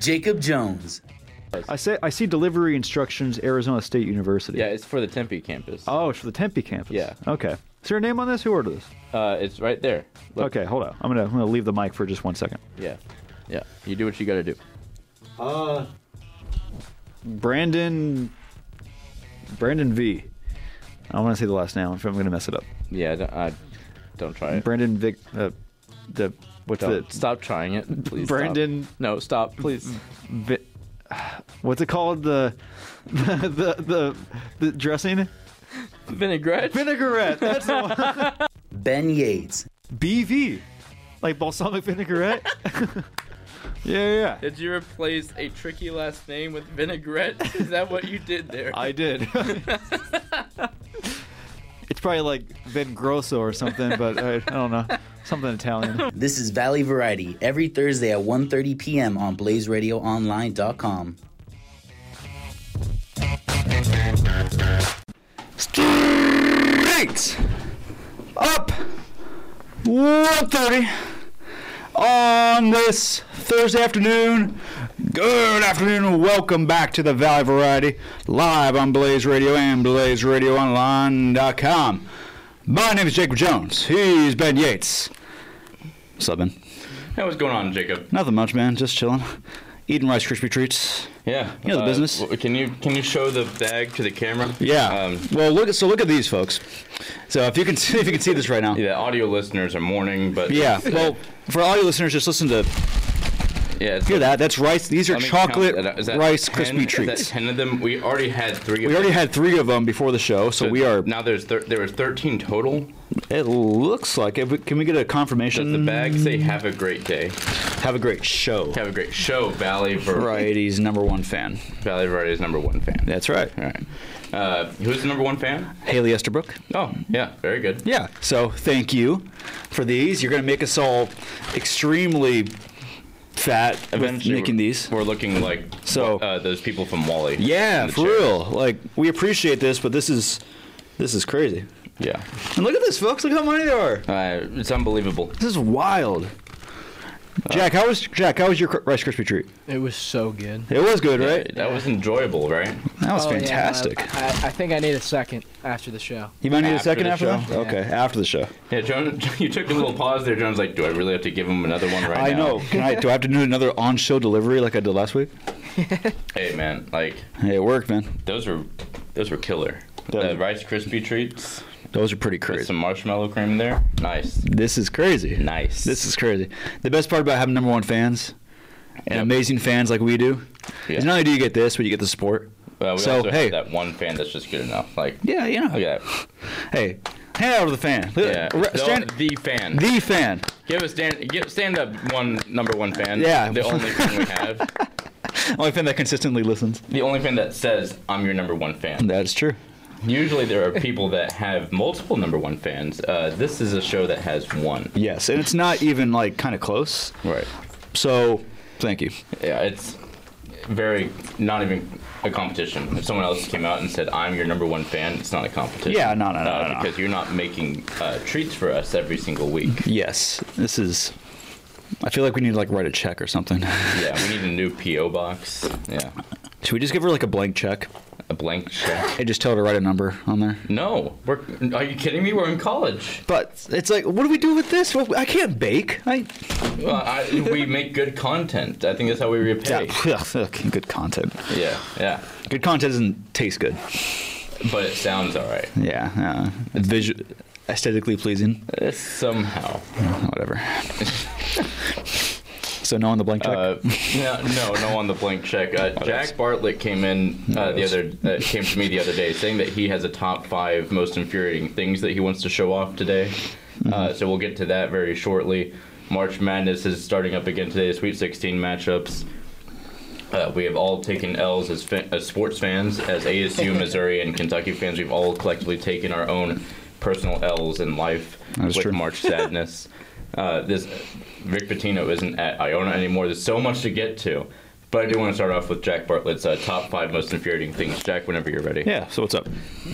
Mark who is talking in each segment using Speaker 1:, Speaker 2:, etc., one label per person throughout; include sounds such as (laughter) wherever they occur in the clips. Speaker 1: Jacob Jones.
Speaker 2: I say I see delivery instructions Arizona State University.
Speaker 3: Yeah, it's for the Tempe campus.
Speaker 2: Oh, it's for the Tempe campus.
Speaker 3: Yeah.
Speaker 2: Okay. Is there a name on this? Who ordered this?
Speaker 3: Uh, it's right there. Look.
Speaker 2: Okay, hold on. I'm gonna I'm gonna leave the mic for just one second.
Speaker 3: Yeah. Yeah. You do what you gotta do.
Speaker 2: Brandon. Brandon V. I want to say the last name. I'm gonna mess it up.
Speaker 3: Yeah. Don't, I, don't try it.
Speaker 2: Brandon Vic. Uh, the what's
Speaker 3: Don't.
Speaker 2: the
Speaker 3: Stop trying it, please. stop.
Speaker 2: Brandon-
Speaker 3: No, stop,
Speaker 4: (laughs)
Speaker 3: please.
Speaker 2: vi- what's it called? The (laughs) the the the, the dressing
Speaker 3: Vinaigrette.
Speaker 2: vinaigrette.
Speaker 3: (laughs)
Speaker 2: That's the one.
Speaker 1: Ben Yates.
Speaker 2: BV, like balsamic vinaigrette. (laughs) yeah, yeah.
Speaker 3: did you replace a tricky last name with vinaigrette? (laughs) Is that what you did there? (laughs)
Speaker 2: I did. it's probably like Vin Grosso or something, but uh, I, I don't know. Something Italian.
Speaker 1: This is Valley Variety every Thursday at 1:30 p.m. on BlazeRadioOnline.com.
Speaker 4: Straight up 1.30 on this Thursday afternoon. Good afternoon and welcome back to the Valley Variety live on Blaze Radio and BlazeRadioOnline.com. My name is Jacob Jones. He's Ben Yates. What's up, Ben?
Speaker 3: Hey, what's going on, Jacob?
Speaker 4: Nothing much, man. Just chilling. Eating Rice Krispie treats.
Speaker 3: Yeah. Uh,
Speaker 4: You know the business.
Speaker 3: w- Can you can you show the bag to the camera?
Speaker 4: Yeah.
Speaker 3: Um,
Speaker 4: well, look. So look at these folks. So if you can (laughs) see, if you can see this right now.
Speaker 3: yeah. Audio listeners are mourning, but (laughs)
Speaker 4: Yeah. Well, for all you listeners, just listen to
Speaker 3: yeah. It's
Speaker 4: hear that. That's rice. These are
Speaker 3: Let me count
Speaker 4: chocolate
Speaker 3: that up. Is that
Speaker 4: rice
Speaker 3: 10?
Speaker 4: crispy
Speaker 3: Is that
Speaker 4: treats.
Speaker 3: ten of them. We already had three. Of
Speaker 4: We already had three of them before the show, so we are.
Speaker 3: now. There's thir- there was thirteen total.
Speaker 4: It looks like. If we, can we get a
Speaker 3: Does
Speaker 4: confirmation?
Speaker 3: the bag
Speaker 4: Mm.
Speaker 3: say "Have a great day"?
Speaker 4: Have a great show.
Speaker 3: Have a great show, Valley Ver-
Speaker 4: Variety's number one fan.
Speaker 3: Valley Variety's number one fan.
Speaker 4: That's right.
Speaker 3: All right. Uh, who's the number one fan?
Speaker 4: Haley Esterbrook.
Speaker 3: Oh, yeah, very good.
Speaker 4: Yeah. So thank you for these. You're going to make us all extremely fat with
Speaker 3: Eventually,
Speaker 4: making
Speaker 3: we're-
Speaker 4: these.
Speaker 3: We're looking like
Speaker 4: So-
Speaker 3: uh, those people from Wally.
Speaker 4: Yeah,
Speaker 3: in the
Speaker 4: for
Speaker 3: chair.
Speaker 4: real. Like we appreciate this, but this is this is crazy.
Speaker 3: Yeah,
Speaker 4: And look at this, folks. Look how many there are.
Speaker 3: uh, it's unbelievable.
Speaker 4: This is wild. Jack, how was Jack? How was your Cr- Rice Krispie treat?
Speaker 5: It was so good.
Speaker 4: It was good, right?
Speaker 3: That was enjoyable, right?
Speaker 4: That was
Speaker 5: Oh, yeah,
Speaker 4: fantastic.
Speaker 5: I, I think I need a second after the show.
Speaker 4: You might need a
Speaker 3: After
Speaker 4: second
Speaker 3: the
Speaker 4: after
Speaker 3: show?
Speaker 4: that.
Speaker 5: Yeah.
Speaker 4: Okay, after the show.
Speaker 3: Yeah, Joan, (laughs) you took a little pause there. John's like, "Do I really have to give him another one right
Speaker 4: I
Speaker 3: now?"
Speaker 4: know. Can I? Do I have to do another on-show delivery like I did last week?
Speaker 3: Hey, man, like
Speaker 4: Hey, it worked, man.
Speaker 3: those were those were killer.
Speaker 4: Those-
Speaker 3: The Rice Krispie treats
Speaker 4: Those are pretty
Speaker 3: with
Speaker 4: crazy.
Speaker 3: some marshmallow cream in there. Nice,
Speaker 4: This is crazy.
Speaker 3: nice.
Speaker 4: This is crazy. The best part about having number one fans and
Speaker 3: Yep.
Speaker 4: amazing fans like we do
Speaker 3: Yeah.
Speaker 4: is not only do you get this, but you get the support.
Speaker 3: Well, we
Speaker 4: so,
Speaker 3: also
Speaker 4: hey.
Speaker 3: have that one fan that's just good enough. Like,
Speaker 4: Yeah, you know.
Speaker 3: look at that.
Speaker 4: Hey, hand out to the fan. Look,
Speaker 3: Yeah,
Speaker 4: re-
Speaker 3: the,
Speaker 4: stand-
Speaker 3: the fan.
Speaker 4: the fan.
Speaker 3: give us stand, give, stand up one number one fan.
Speaker 4: Yeah.
Speaker 3: the only fan we have.
Speaker 4: Only fan that consistently listens.
Speaker 3: The only fan that says I'm your number one fan.
Speaker 4: That's true.
Speaker 3: Usually there are people that have multiple number one fans. Uh, this is a show that has one.
Speaker 4: Yes, and it's not even like kind of close.
Speaker 3: Right.
Speaker 4: So, thank you.
Speaker 3: Yeah, it's very not even a competition. If someone else came out and said I'm your number one fan, it's not a competition.
Speaker 4: Yeah, no, no, no,
Speaker 3: Uh,
Speaker 4: no, no.
Speaker 3: Because you're not making uh, treats for us every single week.
Speaker 4: Yes, this is. I feel like we need to like write a check or something. (laughs)
Speaker 3: yeah, we need a new PO box. Yeah,
Speaker 4: Should we just give her like a blank check
Speaker 3: a blank check.
Speaker 4: and just tell her to write a number on there?
Speaker 3: No, we're. Are you kidding me? We're in college.
Speaker 4: But it's like, what do we do with this? Well, I can't bake. I
Speaker 3: Well, I, we make good content. I think that's how we repay.
Speaker 4: yeah, okay, good content.
Speaker 3: Yeah, yeah.
Speaker 4: Good content doesn't taste good.
Speaker 3: But it sounds all right.
Speaker 4: Yeah, yeah. Visu- aesthetically pleasing.
Speaker 3: It's somehow.
Speaker 4: Whatever. (laughs) so no on the blank check.
Speaker 3: Uh, no, no, no on the blank check. Uh,
Speaker 4: Oh, that's-
Speaker 3: Jack Bartlett came in uh, the
Speaker 4: that's-
Speaker 3: other uh, came to me the other day saying that he has a top five most infuriating things that he wants to show off today. Uh,
Speaker 4: Mm-hmm.
Speaker 3: so we'll get to that very shortly. March Madness is starting up again today. Sweet 16 matchups. Uh, we have all taken L's as, fa- as sports fans, as
Speaker 4: (laughs)
Speaker 3: ASU, Missouri, and Kentucky fans. We've all collectively taken our own personal L's in life
Speaker 4: That is
Speaker 3: with
Speaker 4: true. (laughs)
Speaker 3: March Sadness. uh, this Rick Pitino isn't at Iona anymore. There's so much to get to, but I do want to start off with Jack Bartlett's uh, top five most infuriating things. Jack, whenever you're ready.
Speaker 4: yeah. So what's up?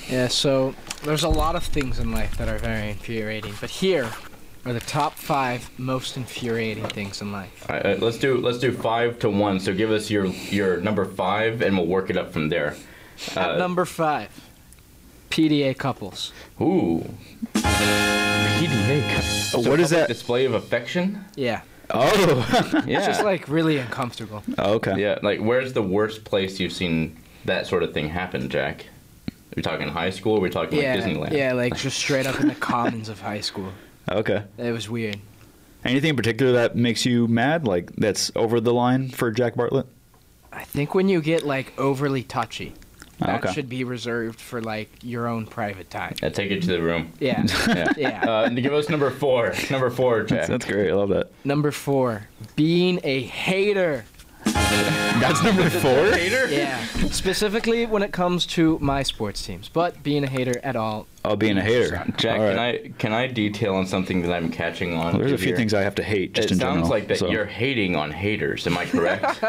Speaker 5: Yeah, so there's a lot of things in life that are very infuriating, but here are the top five most infuriating things in life.
Speaker 3: All right, uh, let's do let's do five to one. So give us your your number five, and we'll work it up from there. Uh,
Speaker 5: At number five, PDA couples.
Speaker 3: Ooh. PDA. So
Speaker 2: what
Speaker 3: public
Speaker 2: is that?
Speaker 3: Display of affection.
Speaker 5: Yeah,
Speaker 2: Oh,
Speaker 3: Yeah.
Speaker 5: it's just like really uncomfortable.
Speaker 2: okay.
Speaker 3: yeah, like where's the worst place you've seen that sort of thing happen, Jack? Are we talking high school? Or are we talking
Speaker 5: yeah,
Speaker 3: like Disneyland?
Speaker 5: yeah, like just straight up in the commons of high school.
Speaker 4: Okay.
Speaker 5: It was weird.
Speaker 4: Anything in particular that makes you mad? Like that's over the line for Jack Bartlett?
Speaker 5: I think when you get like overly touchy, that
Speaker 4: Okay.
Speaker 5: should be reserved for like your own private
Speaker 3: (laughs)
Speaker 5: time.
Speaker 3: Yeah, take it to the room.
Speaker 5: Yeah,
Speaker 3: Yeah.
Speaker 5: yeah.
Speaker 3: Uh, and give us number four. Number four, Jack.
Speaker 4: That's great. I love that.
Speaker 5: Number four, being a hater.
Speaker 4: That's (laughs) number four.
Speaker 5: Yeah, specifically when it comes to my sports teams, but being a hater at all.
Speaker 4: Oh, being a hater.
Speaker 3: Jack,
Speaker 4: All
Speaker 3: can
Speaker 4: right.
Speaker 3: I can I detail on something that I'm catching on?
Speaker 4: There's
Speaker 3: to
Speaker 4: a few
Speaker 3: here?
Speaker 4: things I have to hate. Just
Speaker 3: it
Speaker 4: in
Speaker 3: sounds
Speaker 4: general,
Speaker 3: like that
Speaker 4: so-
Speaker 3: you're hating on haters. Am I
Speaker 4: (laughs)
Speaker 3: correct?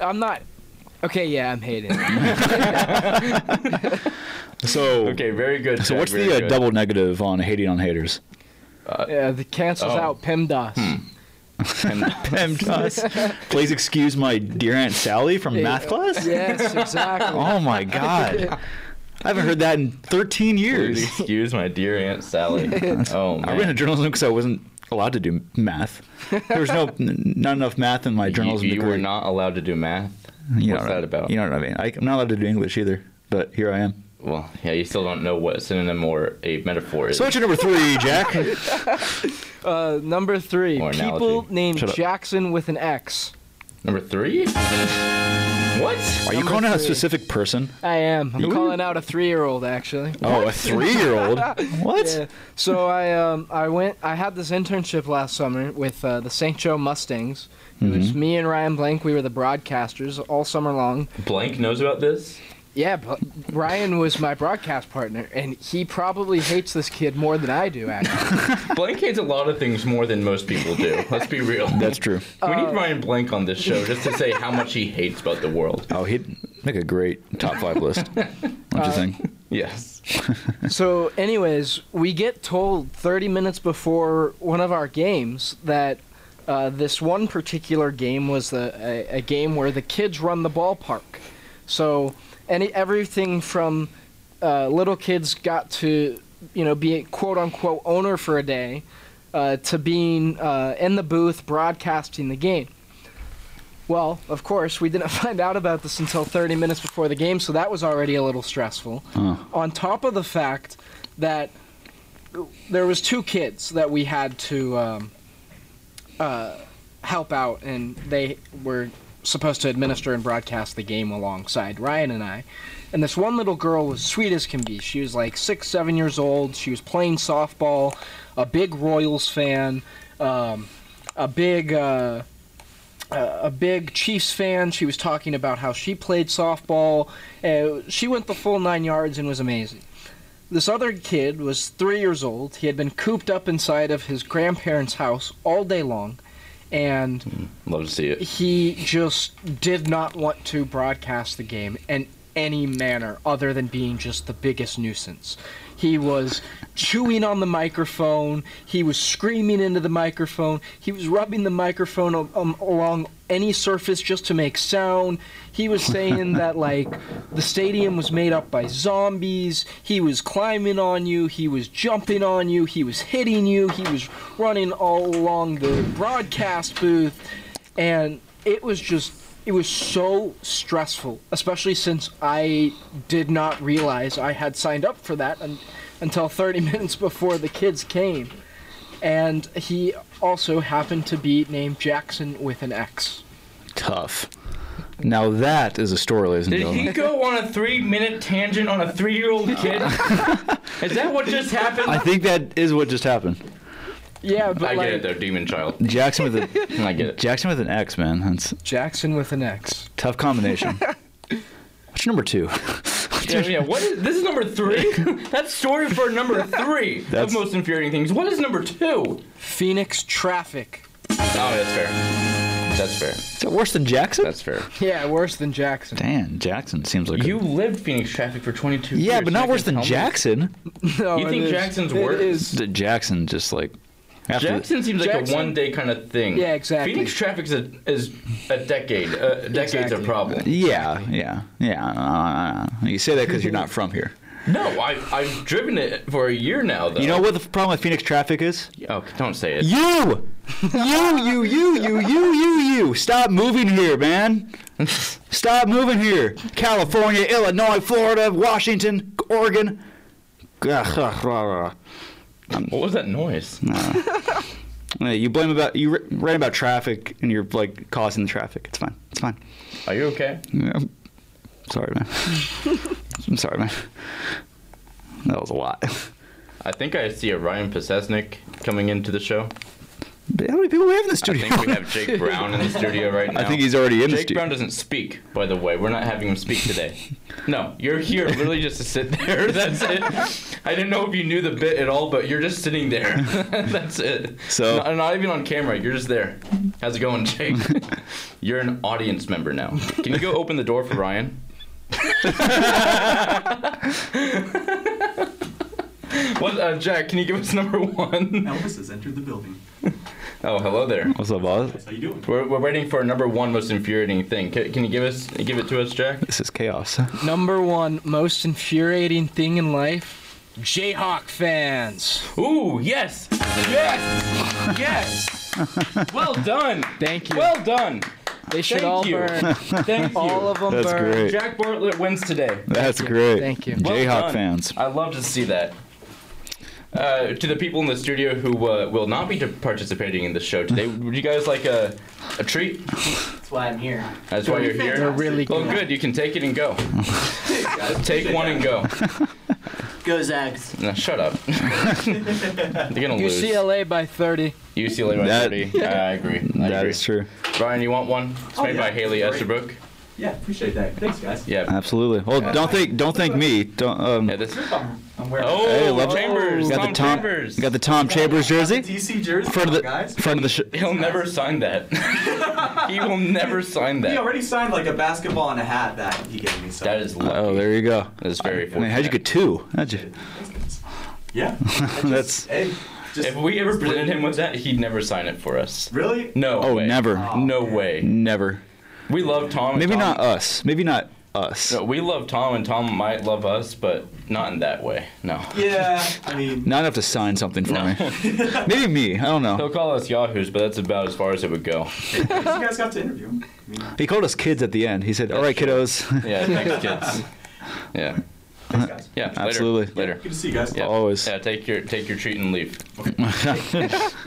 Speaker 5: I'm not. Okay, yeah, I'm hating.
Speaker 4: So
Speaker 3: (laughs) okay, very good.
Speaker 4: So
Speaker 3: Jack,
Speaker 4: what's
Speaker 3: very
Speaker 4: the uh,
Speaker 3: good.
Speaker 4: double negative on hating on haters?
Speaker 5: yeah, the cancels
Speaker 3: Oh.
Speaker 5: out PEMDAS.
Speaker 4: PEMDAS. Please excuse my dear Aunt Sally from math class. (laughs)
Speaker 5: Yes, exactly.
Speaker 4: Oh my God. I haven't heard that in 13
Speaker 3: Please
Speaker 4: years.
Speaker 3: excuse my dear Aunt
Speaker 4: (laughs)
Speaker 3: Sally. Oh
Speaker 4: I went to
Speaker 3: man.
Speaker 4: journalism because I wasn't allowed to do math. There was no n- not enough math in my
Speaker 3: You,
Speaker 4: journalism
Speaker 3: you
Speaker 4: degree.
Speaker 3: were not allowed to do math.
Speaker 4: You know
Speaker 3: what's
Speaker 4: what I-
Speaker 3: that about?
Speaker 4: You know what I mean? I, I'm not allowed to do English either, but here I am.
Speaker 3: Well, yeah, you still don't know what a synonym or a metaphor is.
Speaker 4: So what's your number three,
Speaker 3: (laughs)
Speaker 4: Jack?
Speaker 5: Uh, number three,
Speaker 3: Or analogy.
Speaker 5: people named
Speaker 4: Shut up.
Speaker 5: Jackson with an X.
Speaker 3: Number three? What?
Speaker 4: Are you
Speaker 5: Number
Speaker 4: calling out a
Speaker 5: three.
Speaker 4: specific person?
Speaker 5: I am. I'm
Speaker 4: Ooh.
Speaker 5: calling out a three-year-old actually.
Speaker 4: Oh,
Speaker 3: (laughs)
Speaker 4: a three-year-old. What?
Speaker 5: Yeah. So I um I went I had this internship last summer with uh, the St. Joe Mustangs. It was me and Ryan Blank. We were the broadcasters all summer long.
Speaker 3: Blank knows about this?
Speaker 5: Yeah, but Ryan was my broadcast partner, and he probably hates this kid more than I do. Actually,
Speaker 3: Blank hates a lot of things more than most people do. Let's be real.
Speaker 4: (laughs) That's true.
Speaker 3: we need Ryan Blank on this show just to say how much he hates about the world.
Speaker 4: Oh, he'd make a great top five list. Don't
Speaker 3: Uh,
Speaker 4: you think?
Speaker 3: Yes.
Speaker 5: so anyways, we get told 30 minutes before one of our games that. Uh, this one particular game was the, a, a game where the kids run the ballpark. So any everything from uh, little kids got to you know be a quote unquote owner for a day uh, to being uh, in the booth broadcasting the game. Well, of course, we didn't (laughs) find out about this until 30 minutes before the game, so that was already a little stressful. On top of the fact that there was two kids that we had to um, uh, help out, and they were supposed to administer and broadcast the game alongside Ryan and I. And this one little girl was sweet as can be. She was like six, seven years old. She was playing softball, a big Royals fan, um, a big. Uh, a a big Chiefs fan. She was talking about how she played softball. Uh, she went the full nine yards and was amazing. This other kid was three years old. He had been cooped up inside of his grandparents' house all day long, and
Speaker 3: Love to see it.
Speaker 5: he just did not want to broadcast the game in any manner other than being just the biggest nuisance. He was chewing on the microphone. He was screaming into the microphone. He was rubbing the microphone a- um, along any surface just to make sound. He was saying that, like, the stadium was made up by zombies. He was climbing on you. He was jumping on you. He was hitting you. He was running all along the broadcast booth and it was just it was so stressful especially since i did not realize i had signed up for that un- until 30 (laughs) minutes before the kids came and he also happened to be named jackson with an x
Speaker 4: Tough. Now that is a story, ladies and
Speaker 3: Did
Speaker 4: gentlemen.
Speaker 3: he go on a three minute tangent on a three year old (laughs) kid? Is that what just happened?
Speaker 4: I think that is what just happened.
Speaker 5: yeah but
Speaker 3: I
Speaker 5: like
Speaker 3: get it though, demon child.
Speaker 4: Jackson with a
Speaker 3: (laughs) I get it.
Speaker 4: Jackson with an X, man. That's a
Speaker 5: jackson with an x
Speaker 3: (laughs)
Speaker 4: tough combination. What's your number two?
Speaker 3: Yeah, yeah, what is this is number (laughs) three? That's story for number three
Speaker 4: That's-
Speaker 3: of most infuriating things. What is number two?
Speaker 5: phoenix traffic
Speaker 3: Oh, that's fair. That's fair.
Speaker 4: Is that worse than Jackson?
Speaker 3: That's fair.
Speaker 5: yeah worse than (laughs) jackson
Speaker 4: Dan Jackson seems like a-
Speaker 3: You lived Phoenix traffic for 22 years.
Speaker 4: yeah, but not
Speaker 3: Jack,
Speaker 4: worse than
Speaker 3: tell me.
Speaker 4: Jackson.
Speaker 5: no,
Speaker 3: You
Speaker 5: it
Speaker 3: think
Speaker 5: is-
Speaker 3: Jackson's
Speaker 5: it
Speaker 3: worse?
Speaker 5: is-
Speaker 4: D- Jackson just like After the-
Speaker 3: Jackson seems like
Speaker 5: Jackson-
Speaker 3: a one day kind of thing.
Speaker 5: Yeah, exactly.
Speaker 3: Phoenix traffic is a, is a decade. Uh, decades
Speaker 5: Exactly.
Speaker 3: a problem.
Speaker 4: Yeah, yeah, yeah. Uh, you say that because you're not from here.
Speaker 3: No, I, I've driven it for a year now, though.
Speaker 4: You know what the f- problem with Phoenix traffic is?
Speaker 3: Oh, don't say it.
Speaker 4: You, you, you, you, you, you, you, you. Stop moving here, man. Stop movmoving here. California, Illinois, Florida, Washington, Oregon. Ugh, ugh, rah, rah,
Speaker 3: What was that noise?
Speaker 4: rah. You blame about you ra- rant about traffic and you're like causing the traffic. It's fine. It's fine.
Speaker 3: Are you okay?
Speaker 4: Yeah, I'm sorry, man. I'm sorry, man. That was a lot.
Speaker 3: I think I see a Ryan Posesnik coming into the show.
Speaker 4: How many people we have in the
Speaker 3: I
Speaker 4: studio?
Speaker 3: think we have Jake Brown in the studio right now.
Speaker 4: (laughs) I think he's already in the
Speaker 3: Jake
Speaker 4: studio.
Speaker 3: Brown doesn't speak, by the way. We're not having him speak today. No, you're here literally just to sit there. (laughs) That's it. I didn't know if you knew the bit at all, but you're just sitting there. (laughs) That's it.
Speaker 4: So-
Speaker 3: not, not even on camera. You're just there. How's it going, Jake? you're an audience member now. Can you go open the door for Ryan? (laughs) what, uh, Jack? Can you give us number one?
Speaker 6: Elvis has entered the building.
Speaker 3: (laughs) Oh, hello there.
Speaker 4: What's up, boss?
Speaker 6: How you doing?
Speaker 3: We're, we're waiting for number one most infuriating thing. Can, can you give us give it to us, Jack?
Speaker 4: This is chaos. (laughs)
Speaker 5: Number one most infuriating thing in life: Jayhawk fans.
Speaker 3: Ooh, yes, yes, yes. Well done.
Speaker 5: (laughs) Thank you.
Speaker 3: Well done.
Speaker 5: they should
Speaker 3: thank
Speaker 5: all
Speaker 3: you.
Speaker 5: (laughs) burn.
Speaker 3: Thank you.
Speaker 5: all of them
Speaker 4: That's
Speaker 5: burn.
Speaker 4: great.
Speaker 3: Jack Bartlett wins today.
Speaker 4: That's great.
Speaker 5: Thank you.
Speaker 3: Well
Speaker 4: Jayhawk
Speaker 3: done.
Speaker 4: fans.
Speaker 3: I love to see that. Uh, to the people in the studio who uh, will not be participating in the show today,
Speaker 4: (laughs)
Speaker 3: would you guys like a, a treat?
Speaker 7: That's why I'm here.
Speaker 3: That's why you're
Speaker 5: They're
Speaker 3: here.
Speaker 5: really
Speaker 3: Well,
Speaker 5: good.
Speaker 3: good. You can take it and
Speaker 4: (laughs)
Speaker 3: go. Take one and go.
Speaker 7: Go Zags.
Speaker 3: No, shut up. (laughs) You're gonna lose.
Speaker 5: UCLA by 30.
Speaker 3: UCLA by
Speaker 4: That-
Speaker 3: 30. I agree. I
Speaker 4: That
Speaker 3: agree.
Speaker 4: is true.
Speaker 3: Brian, you want one? It's
Speaker 6: Oh,
Speaker 3: made by
Speaker 6: yeah.
Speaker 3: Haley
Speaker 6: Great.
Speaker 3: Estabrook.
Speaker 6: Yeah, appreciate that. Thanks, guys.
Speaker 3: Yeah.
Speaker 4: Absolutely. Well, don't think don't think me. Don't. Um,
Speaker 3: Yeah, this.
Speaker 6: I'm, I'm wearing
Speaker 3: Oh,
Speaker 4: Hey, love-
Speaker 3: Chambers.
Speaker 4: you got
Speaker 3: Tom,
Speaker 4: the Tom.
Speaker 3: Chambers.
Speaker 4: You got the Tom Chambers
Speaker 6: a
Speaker 4: jersey.
Speaker 6: DC jersey,
Speaker 4: Front of the
Speaker 6: guys.
Speaker 4: front of the. Sh-
Speaker 3: He'll never sign that. (laughs) he will never sign
Speaker 6: He
Speaker 3: that.
Speaker 6: already signed like a basketball and a hat that he gave me. So.
Speaker 3: That is lucky.
Speaker 4: oh, there you go.
Speaker 3: That is very
Speaker 4: I mean,
Speaker 3: fortunate.
Speaker 4: how'd you get two? How'd you?
Speaker 3: (laughs)
Speaker 6: Yeah. I
Speaker 4: That's-
Speaker 6: Hey, just
Speaker 3: If we ever presented him with that, he'd never sign it for us.
Speaker 6: really.
Speaker 3: No.
Speaker 4: Oh,
Speaker 3: way.
Speaker 4: never,
Speaker 3: No way.
Speaker 4: never.
Speaker 3: We love Tom. and
Speaker 4: Maybe
Speaker 3: Tom-
Speaker 4: not us. Maybe not us.
Speaker 3: No, we love Tom, and Tom might love us, but not in that way. No.
Speaker 6: Yeah. I mean,
Speaker 4: Not enough to sign something for me. Maybe me. I don't know.
Speaker 3: He'll call us yahoos, but that's about as far as it would
Speaker 4: (laughs)
Speaker 3: go.
Speaker 6: you guys got to interview him. I mean,
Speaker 4: He called us kids at the end. He said, "All right, kiddos."
Speaker 3: Yeah. Thanks, kids. Yeah. (laughs)
Speaker 6: thanks, guys.
Speaker 3: Yeah. later,
Speaker 4: Absolutely.
Speaker 3: Later.
Speaker 6: Good to see you guys.
Speaker 3: Yeah.
Speaker 4: (laughs) Always.
Speaker 3: Yeah, take your take your treat and leave.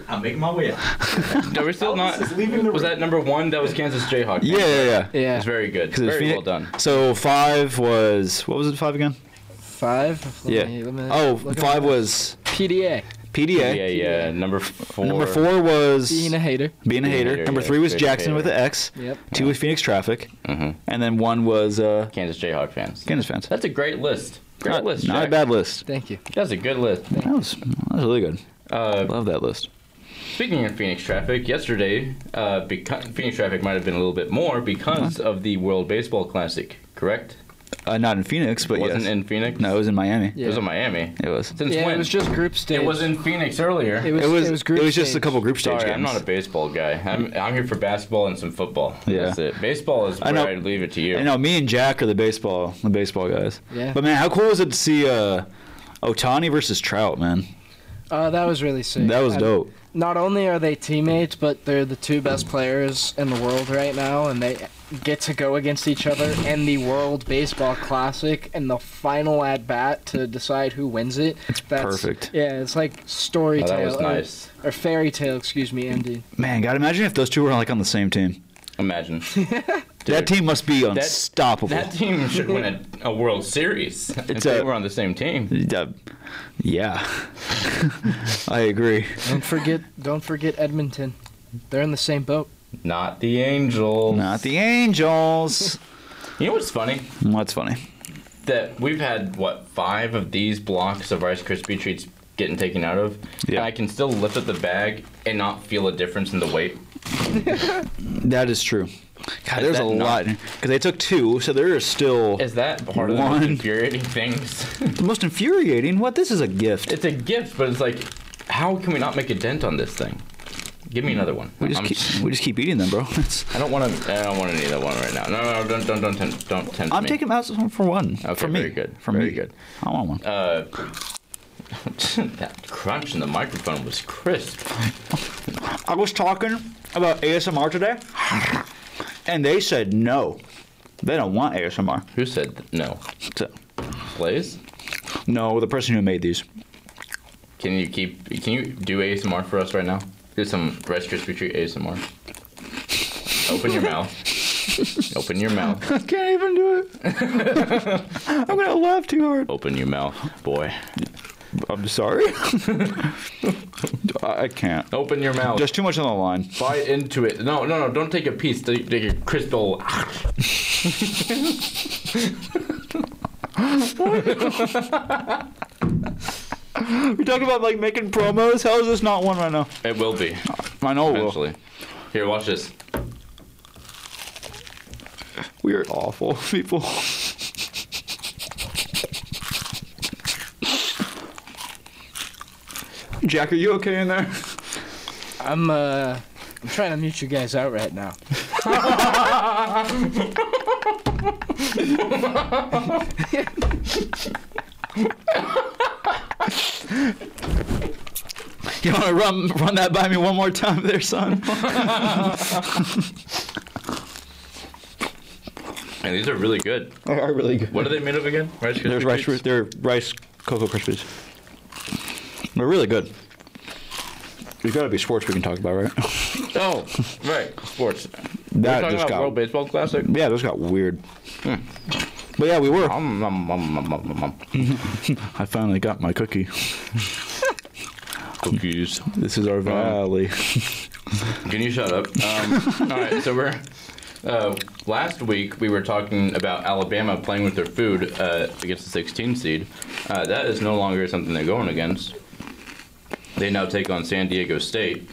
Speaker 6: I'm making my way out.
Speaker 3: No, we're still not.
Speaker 6: Elvis is leaving the
Speaker 3: Was that number one? That was Kansas Jayhawk.
Speaker 4: Yeah, yeah, yeah.
Speaker 5: Yeah.
Speaker 3: It's very good.
Speaker 4: 'Cause it was
Speaker 3: Very well
Speaker 4: Phoenix-
Speaker 3: done.
Speaker 4: So five was what was it? Five again?
Speaker 5: Five. Let
Speaker 4: Yeah.
Speaker 5: me- let me
Speaker 4: Oh,
Speaker 5: look at
Speaker 4: five
Speaker 5: my-
Speaker 4: was
Speaker 5: PDA.
Speaker 4: PDA.
Speaker 3: Yeah, yeah. Number four.
Speaker 4: Number four was
Speaker 5: Being a hater.
Speaker 4: being a
Speaker 3: Being a
Speaker 4: hater.
Speaker 3: hater,
Speaker 4: Number
Speaker 3: yeah,
Speaker 4: three was
Speaker 3: straight up
Speaker 4: Jackson with
Speaker 3: hater.
Speaker 4: an X.
Speaker 5: Yep.
Speaker 4: Two was Phoenix Traffic,
Speaker 3: Mhm.
Speaker 4: and then one was uh,
Speaker 3: Kansas Jayhawk fans.
Speaker 4: Candace fans.
Speaker 3: That's a great list. Great
Speaker 4: not,
Speaker 3: list.
Speaker 4: not a
Speaker 3: Jack.
Speaker 4: bad list.
Speaker 5: Thank you.
Speaker 3: That's a good list.
Speaker 4: That was that was really good.
Speaker 3: Uh,
Speaker 4: Love that list.
Speaker 3: Speaking of Phoenix traffic, yesterday, uh, beca- Phoenix traffic might have been a little bit more because of the World Baseball Classic. Correct?
Speaker 4: Uh, not in Phoenix, but
Speaker 3: wasn't
Speaker 4: yes.
Speaker 3: in Phoenix.
Speaker 4: no, it was in Miami.
Speaker 3: it was
Speaker 5: Yeah.
Speaker 3: in Miami.
Speaker 4: It was.
Speaker 3: Since
Speaker 5: Yeah,
Speaker 3: when?
Speaker 5: it was just group stage.
Speaker 3: It was in Phoenix earlier.
Speaker 5: It was.
Speaker 4: It was.
Speaker 5: group
Speaker 4: it was just a
Speaker 5: stage.
Speaker 4: couple group stage
Speaker 3: Sorry,
Speaker 4: games.
Speaker 3: I'm not a baseball guy. I'm I'm here for basketball and some football.
Speaker 4: Yeah.
Speaker 3: That's it. Baseball is where
Speaker 4: I
Speaker 3: I
Speaker 4: know-
Speaker 3: would leave it to you.
Speaker 4: I know. Me and Jack are the baseball, the baseball guys.
Speaker 5: Yeah.
Speaker 4: But man, how cool was it to see uh, Otani versus Trout, man?
Speaker 5: Uh, that was really sick.
Speaker 4: That was
Speaker 5: I-
Speaker 4: dope.
Speaker 5: Not only are they teammates, but they're the two best players in the world right now, and they get to go against each other in the World Baseball Classic and the final at bat to decide who wins it. That's
Speaker 4: perfect.
Speaker 5: Yeah, it's like story
Speaker 3: Oh, that
Speaker 5: tale.
Speaker 3: was
Speaker 5: or-
Speaker 3: nice.
Speaker 5: Or, fairy tale, excuse me, MD.
Speaker 4: Man, God, imagine if those two were like on the same team.
Speaker 3: Imagine.
Speaker 4: that team must be unstoppable.
Speaker 3: That team should win
Speaker 4: (laughs)
Speaker 3: a, a World Series if
Speaker 4: It's
Speaker 3: they
Speaker 4: a-
Speaker 3: were on the same team.
Speaker 4: Uh, yeah, (laughs) I agree.
Speaker 5: Don't forget, don't forget Edmonton. They're in the same boat.
Speaker 3: Not the Angels.
Speaker 4: Not the Angels.
Speaker 3: You know what's funny?
Speaker 4: That's funny.
Speaker 3: That we've had what five of these blocks of Rice Krispie treats getting taken out of,
Speaker 4: Yeah.
Speaker 3: and I can still lift up the bag and not feel a difference in the weight.
Speaker 4: That is true. God, there's
Speaker 3: that
Speaker 4: a
Speaker 3: not-
Speaker 4: lot because they took two, so there are still
Speaker 3: Is that part of the
Speaker 4: One. (laughs)
Speaker 3: most infuriating things?
Speaker 4: the most infuriating. What this is a gift.
Speaker 3: it's a gift, but it's like, how can we not make a dent on this thing? Give me another one.
Speaker 4: We just
Speaker 3: I'm
Speaker 4: keep we just keep eating them, bro. (laughs) It's-
Speaker 3: I don't want to. I don't want to need that one right now. No, no, no don't, don't, don't, tempt, don't tempt
Speaker 4: I'm
Speaker 3: me. (laughs)
Speaker 4: taking out some for one.
Speaker 3: Okay,
Speaker 4: for me.
Speaker 3: very good,
Speaker 4: For
Speaker 3: very
Speaker 4: me.
Speaker 3: good.
Speaker 4: I want one.
Speaker 3: Uh, that crunch in the microphone was crisp.
Speaker 4: I was talking about ASMR today, and they said no. They don't want ASMR.
Speaker 3: Who said th- no?
Speaker 4: So,
Speaker 3: Blaze?
Speaker 4: no, the person who made these.
Speaker 3: Can you keep? Can you do ASMR for us right now? Do some Rice Krispie treat ASMR. Open your mouth. Open your mouth.
Speaker 4: I can't even do it. I'm gonna laugh too hard.
Speaker 3: Open your mouth, boy.
Speaker 4: I'm sorry. (laughs) I I can't.
Speaker 3: Open your mouth.
Speaker 4: There's too much on the line.
Speaker 3: bite into it. No, no, no. Don't take a piece. Take, take a crystal.
Speaker 4: (laughs) We talking about like making promos. How is this not one right now?
Speaker 3: It will be
Speaker 4: I know. it will.
Speaker 3: eventually. Here, watch this.
Speaker 4: We are awful (laughs) people. Jack, are you okay in there? (laughs)
Speaker 5: I'm uh, I'm trying to mute you guys out right now.
Speaker 4: You want to run run that by me one more time, there, son?
Speaker 3: And these are really good.
Speaker 4: they are really good.
Speaker 3: What are they made of again? Rice Krispie
Speaker 4: There's rice.
Speaker 3: treats?
Speaker 4: They're rice cocoa krispies. They're really good. There's got to be sports we can talk about, right?
Speaker 3: Oh, right. Sports. We're
Speaker 4: (laughs) that
Speaker 3: talking about
Speaker 4: just got Hmm.
Speaker 3: World Baseball Classic.
Speaker 4: yeah, those got weird. But yeah, we were.
Speaker 3: Um, nom, nom, nom, nom, nom, nom.
Speaker 4: I finally got my cookie.
Speaker 3: Cookies.
Speaker 4: This is our valley.
Speaker 3: Can you shut up? Um, all right, so we're. Uh, last week we were talking about Alabama playing with their food uh, against the 16 seed. Uh, that is no longer something they're going against. They now take on San Diego State.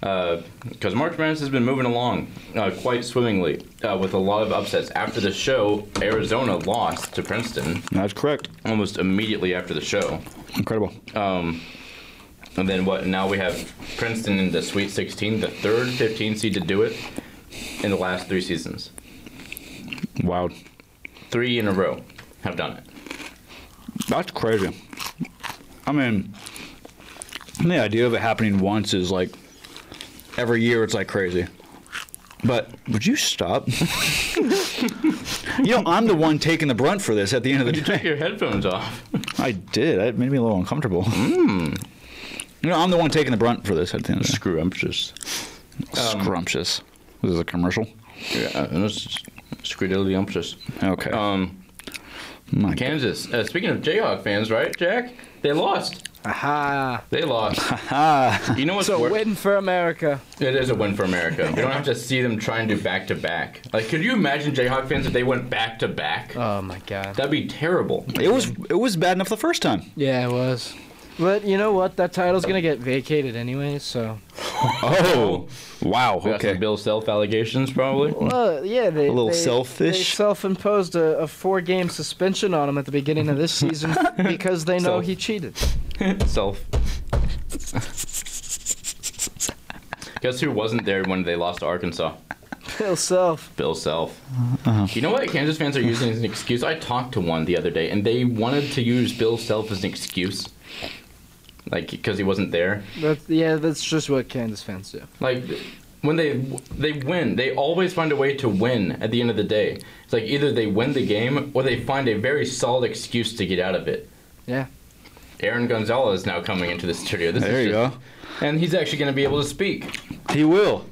Speaker 3: Because March Madness has been moving along uh, quite swimmingly uh, with a lot of upsets. After the show, Arizona lost to Princeton
Speaker 4: That's correct.
Speaker 3: almost immediately after the show.
Speaker 4: Incredible.
Speaker 3: And then what? Now we have Princeton in the Sweet 16, the third 15 seed to do it in the last three seasons.
Speaker 4: Wow.
Speaker 3: Three in a row have done it.
Speaker 4: That's crazy. I mean, the idea of it happening once is like every year it's like crazy. But would you stop? you know, I'm the one taking the brunt for this at the end of the
Speaker 3: Take
Speaker 4: day.
Speaker 3: your headphones off.
Speaker 4: I did. It made me a little uncomfortable. Mm. You know, I'm the one taking the brunt for this at the end of the day. Um,
Speaker 3: Scrumptious.
Speaker 4: Scrumptious. This is a commercial.
Speaker 3: Yeah, that's scredilumptious.
Speaker 4: Okay.
Speaker 3: Um,
Speaker 4: My
Speaker 3: Kansas. Uh, speaking of Jayhawk fans, right, Jack? They lost.
Speaker 5: Aha!
Speaker 3: They lost. you know what's
Speaker 5: It's a
Speaker 3: wor-
Speaker 5: win for America.
Speaker 3: It is a win for America. We don't have to see them try and do back to back. Like, could you imagine Jayhawk fans if they went back to back?
Speaker 5: Oh my god.
Speaker 3: That'd be terrible.
Speaker 4: It was it was bad enough the first time.
Speaker 5: Yeah, it was. But you know what? That title's gonna get vacated anyway, so.
Speaker 4: Oh, wow.
Speaker 3: We got some Bill Self allegations, probably.
Speaker 5: Well, yeah, they. A
Speaker 4: little
Speaker 5: they,
Speaker 4: selfish.
Speaker 5: They self-imposed a, a four-game suspension on him at the beginning of this season because they know
Speaker 3: Self.
Speaker 5: he cheated.
Speaker 3: Self. Guess who wasn't there when they lost to Arkansas?
Speaker 5: Bill Self.
Speaker 3: Bill Self.
Speaker 4: Uh-huh.
Speaker 3: You know what Kansas fans are using as an excuse? I talked to one the other day, and they wanted to use Bill Self as an excuse, like because he wasn't there.
Speaker 5: That's, yeah, that's just what Kansas fans do.
Speaker 3: Like when they they win, they always find a way to win. At the end of the day, it's like either they win the game or they find a very solid excuse to get out of it.
Speaker 5: Yeah.
Speaker 3: Aaron Gonzalez now coming into the studio. This
Speaker 4: There
Speaker 3: is
Speaker 4: you
Speaker 3: just-
Speaker 4: go.
Speaker 3: And he's actually going to be able to speak.
Speaker 4: He will.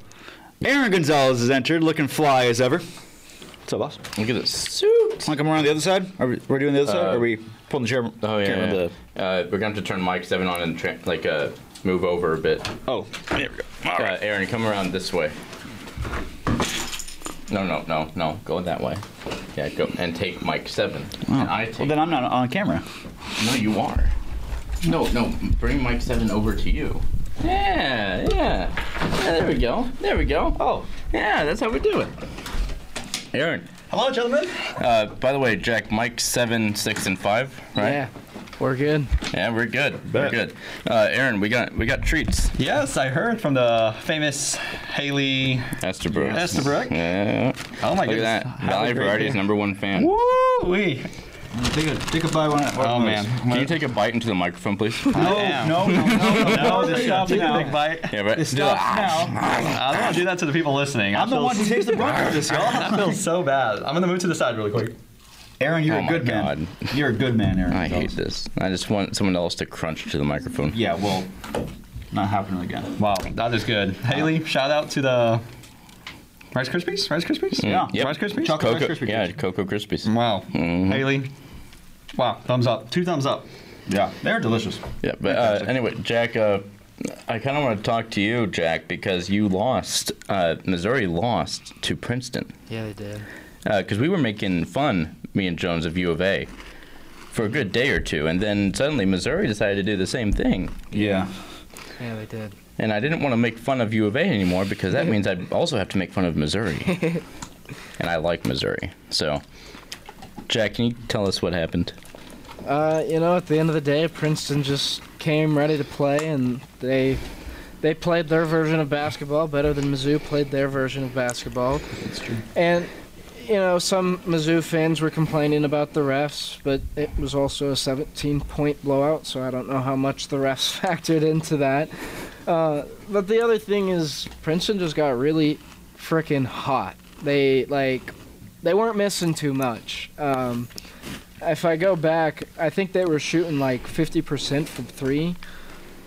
Speaker 4: Aaron Gonzalez has entered, looking fly as ever. What's up, boss?
Speaker 3: Look at this suit.
Speaker 4: Want to come around the other side? Are we, we're doing the other side?
Speaker 3: Uh,
Speaker 4: Are we pulling the chair?
Speaker 3: Oh yeah.
Speaker 4: camera
Speaker 3: yeah.
Speaker 4: the-
Speaker 3: Uh, we're going to have to turn mic seven on and tra- like uh, move over a bit.
Speaker 4: oh, there we go. All
Speaker 3: uh,
Speaker 4: right.
Speaker 3: Aaron, come around this way. No, no, no, no. Go that way. Yeah, go and take mic seven. And I take.
Speaker 4: Oh. Well, then I'm not on camera.
Speaker 3: no, you are. No, no. Bring mic seven over to you. Yeah, yeah. yeah there we go. There we go. Oh, yeah. That's how we do it. Aaron.
Speaker 6: Hello, gentlemen.
Speaker 3: Uh, by the way, Jack, mic seven, six, and five, right?
Speaker 5: Yeah. We're good.
Speaker 3: Yeah, we're good. We're good. Uh, Aaron, we got we got treats.
Speaker 8: Yes, I heard from the famous Haley.
Speaker 3: Esterbrook.
Speaker 8: Esterbrook?
Speaker 3: Yeah.
Speaker 8: Oh my
Speaker 3: Look at
Speaker 8: goodness.
Speaker 3: that.
Speaker 8: How
Speaker 3: Valley
Speaker 8: great
Speaker 3: Variety's
Speaker 8: is-
Speaker 3: number one fan.
Speaker 8: Woo wee.
Speaker 2: Take a, take a bite one.
Speaker 8: Oh man.
Speaker 3: Can you take a bite into the microphone, please?
Speaker 8: No, no, no, no, no, no. (laughs) Just
Speaker 6: Yeah,
Speaker 8: stop
Speaker 6: take
Speaker 8: now.
Speaker 6: it.
Speaker 8: Big bite.
Speaker 3: Yeah, but-
Speaker 8: Just stop now. I don't want to do that to the people listening.
Speaker 2: I'm the one who takes the brunt of this, y'all.
Speaker 8: (laughs) I feel so bad. I'm gonna move to the side really quick.
Speaker 2: Aaron, you're
Speaker 3: Oh
Speaker 2: a
Speaker 3: my
Speaker 2: good man.
Speaker 3: God.
Speaker 2: You're a good man, Aaron.
Speaker 3: I hate this. I just want someone else to crunch to the microphone.
Speaker 2: Yeah, well, not happening again.
Speaker 8: Wow, that is good. Haley, shout out to the Rice Krispies. Rice Krispies.
Speaker 2: Yeah.
Speaker 3: Yep.
Speaker 8: Rice Krispies.
Speaker 2: Chocolate Rice
Speaker 3: Cocoa,
Speaker 2: Krispie
Speaker 3: yeah,
Speaker 2: Treats.
Speaker 3: Cocoa
Speaker 2: Mm.
Speaker 3: Krispies.
Speaker 8: Wow. Haley. Wow. Thumbs up. Two thumbs up.
Speaker 2: Yeah, they're delicious.
Speaker 3: Yeah, but uh, anyway, Jack, uh, I kind of want to talk to you, Jack, because you lost. Uh, Missouri lost to Princeton.
Speaker 9: Yeah, they did.
Speaker 3: because Uh, we were making fun, me and Jones, of U of A for a good day or two, and then suddenly Missouri decided to do the same thing.
Speaker 2: Yeah.
Speaker 9: Yeah, they did.
Speaker 3: And I didn't want to make fun of U of A anymore because that means I'd also have to make fun of Missouri. and I like Missouri. So, Jack, can you tell us what happened?
Speaker 5: Uh, you know, at the end of the day, Princeton just came ready to play, and they they played their version of basketball better than Mizzou played their version of basketball. That's true. And you know, some Mizzou fans were complaining about the refs, but it was also a 17-point blowout, so I don't know how much the refs (laughs) factored into that. Uh, but the other thing is, Princeton just got really freaking hot. They like they weren't missing too much. Um, if I go back, I think they were shooting like 50% from three.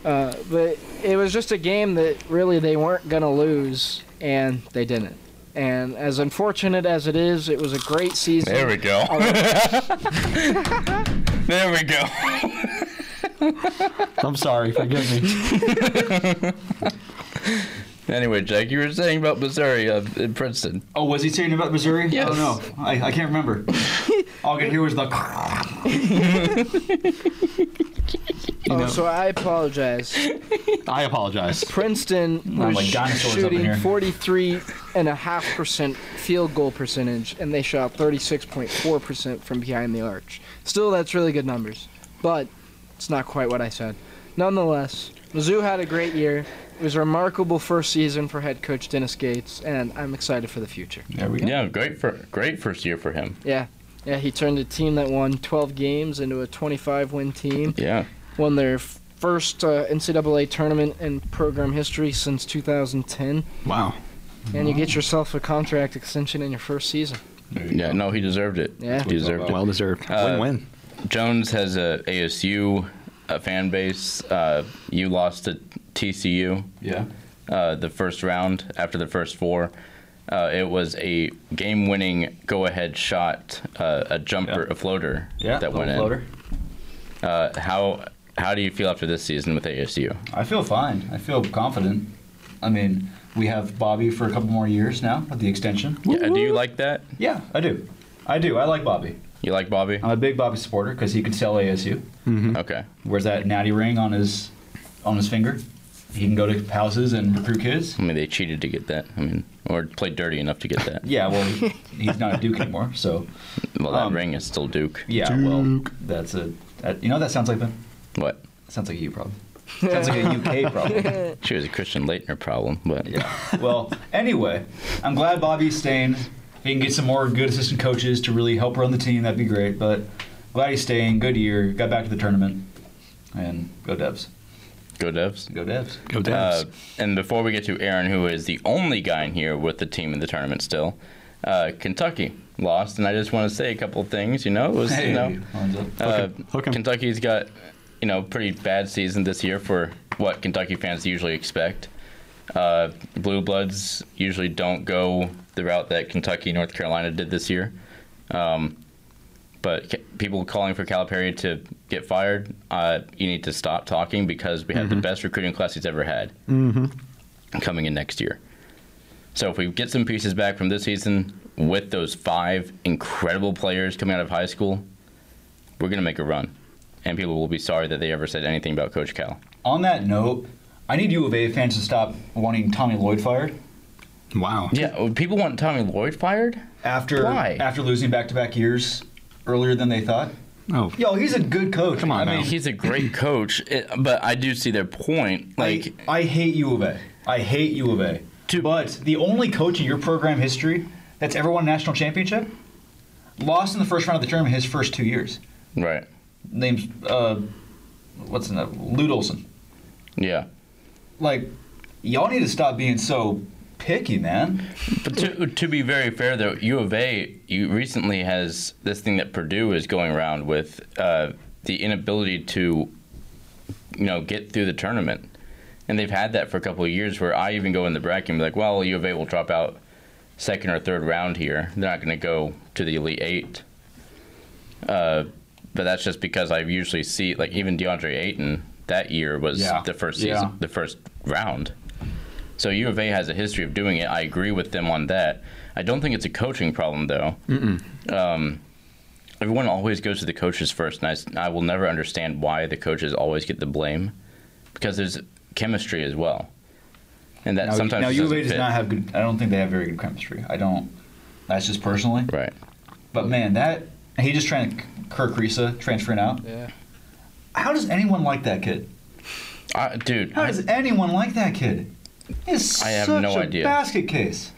Speaker 5: Uh, but it was just a game that really they weren't going to lose, and they didn't. And as unfortunate as it is, it was a great season.
Speaker 3: There we go. (laughs) there we go.
Speaker 8: I'm sorry. Forgive me.
Speaker 3: Anyway, Jack, you were saying about Missouri uh, in Princeton.
Speaker 2: (laughs) Oh, was he saying about Missouri? I
Speaker 3: Yes.
Speaker 2: don't know. I, I can't remember. All I could hear was the. (laughs)
Speaker 5: oh, so I apologize.
Speaker 8: I apologize.
Speaker 5: Princeton was
Speaker 8: like Oh dinosaurs up in
Speaker 5: shooting
Speaker 8: here.
Speaker 5: 43 and a half percent field goal percentage, and they shot 36.4 percent from behind the arch. Still, that's really good numbers, but it's not quite what I said. Nonetheless, Mizzou had a great year. It was a remarkable first season for head coach Dennis Gates, and I'm excited for the future.
Speaker 3: Yeah, great for great first year for him.
Speaker 5: Yeah, yeah, he turned a team that won 12 games into a 25-win team
Speaker 3: Yeah.
Speaker 5: won their f- first uh, NCAA tournament in program history since 2010.
Speaker 2: Wow.
Speaker 5: And you get yourself a contract extension in your first season.
Speaker 3: Yeah, no, he deserved it.
Speaker 5: Yeah.
Speaker 3: He deserved it.
Speaker 8: deserved.
Speaker 3: Uh,
Speaker 8: Win-win.
Speaker 3: Jones has a ASU a fan base. Uh, you lost to TCU
Speaker 2: Yeah.
Speaker 3: uh, the first round after the first four. Uh, it was a game-winning go-ahead shot, uh, a jumper, a floater that went in. Uh, how how do you feel after this season with ASU?
Speaker 2: I feel fine. I feel confident. I mean, we have Bobby for a couple more years now with the extension.
Speaker 3: Yeah, do you like that?
Speaker 2: Yeah, I do. I do. I like Bobby.
Speaker 3: You like Bobby?
Speaker 2: I'm a big Bobby supporter because he can sell ASU.
Speaker 3: Okay.
Speaker 2: Wears that natty ring on his on his finger. He can go to houses and recruit kids.
Speaker 3: I mean, they cheated to get that. I mean, or played dirty enough to get that.
Speaker 2: Yeah, well, he- he's not a Duke anymore, so
Speaker 3: Well, that
Speaker 2: Um,
Speaker 3: ring is still Duke.
Speaker 2: yeah. Well, that's a that, you know what that sounds like Ben.
Speaker 3: What?
Speaker 2: Sounds like a U problem. Sounds like a UK problem.
Speaker 3: She was a Christian Leitner problem, but
Speaker 2: Yeah. Well, anyway, I'm glad Bobby's staying. If he can get some more good assistant coaches to really help run the team, that'd be great. But glad he's staying. Good year. Got back to the tournament. And go Devs.
Speaker 3: go Devs.
Speaker 2: Go Devs.
Speaker 8: Go
Speaker 3: Uh, and before we get to Aaron, who is the only guy in here with the team in the tournament still, uh, Kentucky lost, and I just want to say a couple of things. You know, it was you know,
Speaker 2: Lines up.
Speaker 3: uh,
Speaker 8: hook 'em.
Speaker 3: Kentucky's got you know pretty bad season this year for what Kentucky fans usually expect. Uh, Blue Bloods usually don't go the route that Kentucky North Carolina did this year. Um, but ca- people calling for Calipari to get fired, uh, you need to stop talking because we have the best recruiting class he's ever had coming in next year. So if we get some pieces back from this season with those five incredible players coming out of high school, we're going to make a run. And people will be sorry that they ever said anything about Coach Cal.
Speaker 2: On that note, I need U of A fans to stop wanting Tommy Lloyd fired
Speaker 8: Wow.
Speaker 3: Yeah, oh, people want Tommy Lloyd fired?
Speaker 2: after
Speaker 3: Why?
Speaker 2: after losing back to back years earlier than they thought.
Speaker 8: Oh,
Speaker 2: Yo, he's a good coach. Come
Speaker 8: on
Speaker 2: I
Speaker 8: now.
Speaker 2: mean,
Speaker 3: He's a (clears throat) great coach, it- but I do see their point. Like,
Speaker 2: I, I hate U of A. I hate U of A. but the only coach in your program history that's ever won a national championship lost in the first round of the tournament his first two years.
Speaker 3: right?
Speaker 2: Name's uh, what's in that? Lute Olson.
Speaker 3: Yeah.
Speaker 2: Like, y'all need to stop being so picky, man.
Speaker 3: But to, to be very fair, though, U of A you recently has this thing that Purdue is going around with uh, the inability to, you know, get through the tournament, and they've had that for a couple of years. Where I even go in the bracket and be like, "Well, U of A will drop out second or third round here. They're not going to go to the elite eight. Uh, but that's just because I usually see like even DeAndre Ayton that year was
Speaker 2: Yeah.
Speaker 3: the first
Speaker 2: Yeah.
Speaker 3: season, the first round. So U of A has a history of doing it. I agree with them on that. I don't think it's a coaching problem though. Um, everyone always goes to the coaches first, and I s- I, will never understand why the coaches always get the blame because there's chemistry as well, and that
Speaker 2: Now,
Speaker 3: sometimes
Speaker 2: now
Speaker 3: just
Speaker 2: U of A
Speaker 3: doesn't
Speaker 2: does
Speaker 3: fit.
Speaker 2: not have good. I don't think they have very good chemistry. I don't. That's just personally.
Speaker 3: right.
Speaker 2: But man, that he just trying to Kirk Risa transferring out.
Speaker 5: Yeah.
Speaker 2: How does anyone like that kid?
Speaker 3: I, dude,
Speaker 2: How
Speaker 3: I-
Speaker 2: does anyone like that kid? He's
Speaker 3: I have
Speaker 2: such
Speaker 3: no
Speaker 2: a
Speaker 3: idea.
Speaker 2: basket case.